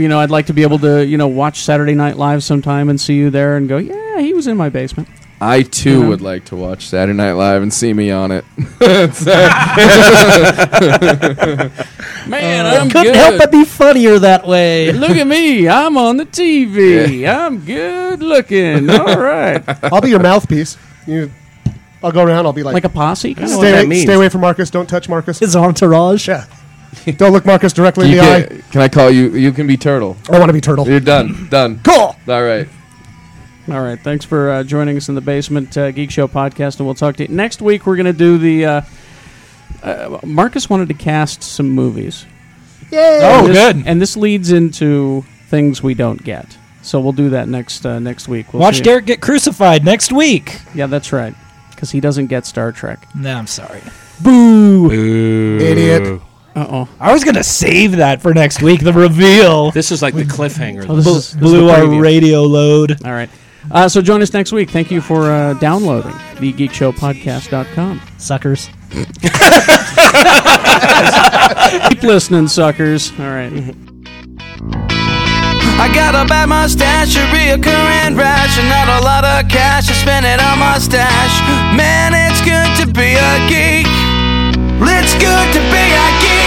B: you know, I'd like to be able to you know watch Saturday Night Live sometime and see you there and go. Yeah, he was in my basement.
G: I too would like to watch Saturday Night Live and see me on it. Man, I'm
F: Couldn't help but be funnier that way.
B: Uh, Look at me. I'm on the TV. I'm good looking. All right,
C: I'll be your mouthpiece. You, I'll go around. I'll be like,
B: like a posse. Kind
C: stay,
B: of
E: what that
C: away,
E: means.
C: stay away from Marcus. Don't touch Marcus.
F: His entourage.
C: Yeah. Don't look Marcus directly in
G: You
C: the eye.
G: can, can I call you? You can be Turtle.
C: I want to be turtle.
G: You're done. Done.
C: Cool.
G: All right.
B: All right. Thanks for uh, joining us in the Basement uh, Geek Show podcast, and we'll talk to you next week. We're going to do the. Uh, uh, Marcus wanted to cast some movies.
D: Oh,
B: This-
D: good.
B: And this leads into things we don't get. So we'll do that next uh, next week. We'll
D: Watch
B: see.
D: Derek get crucified next week.
B: Yeah, that's right. Because he doesn't get Star Trek.
D: No, I'm sorry.
C: Idiot.
B: Uh oh.
D: I was gonna save that for next week. The reveal
E: This is like the cliffhanger.
B: Oh, this
D: Bl-
B: is- this is
D: blew
B: the
D: our
B: preview.
D: radio load.
B: All right. Uh, so join us next week. Thank you for uh, downloading the geekshowpodcast.com.
F: Suckers.
B: Keep listening, suckers. All right.
J: I got a bad mustache, a reoccurring rash, and not a lot of cash to spend it on my stash. Man, it's good to be a geek. It's good to be a geek.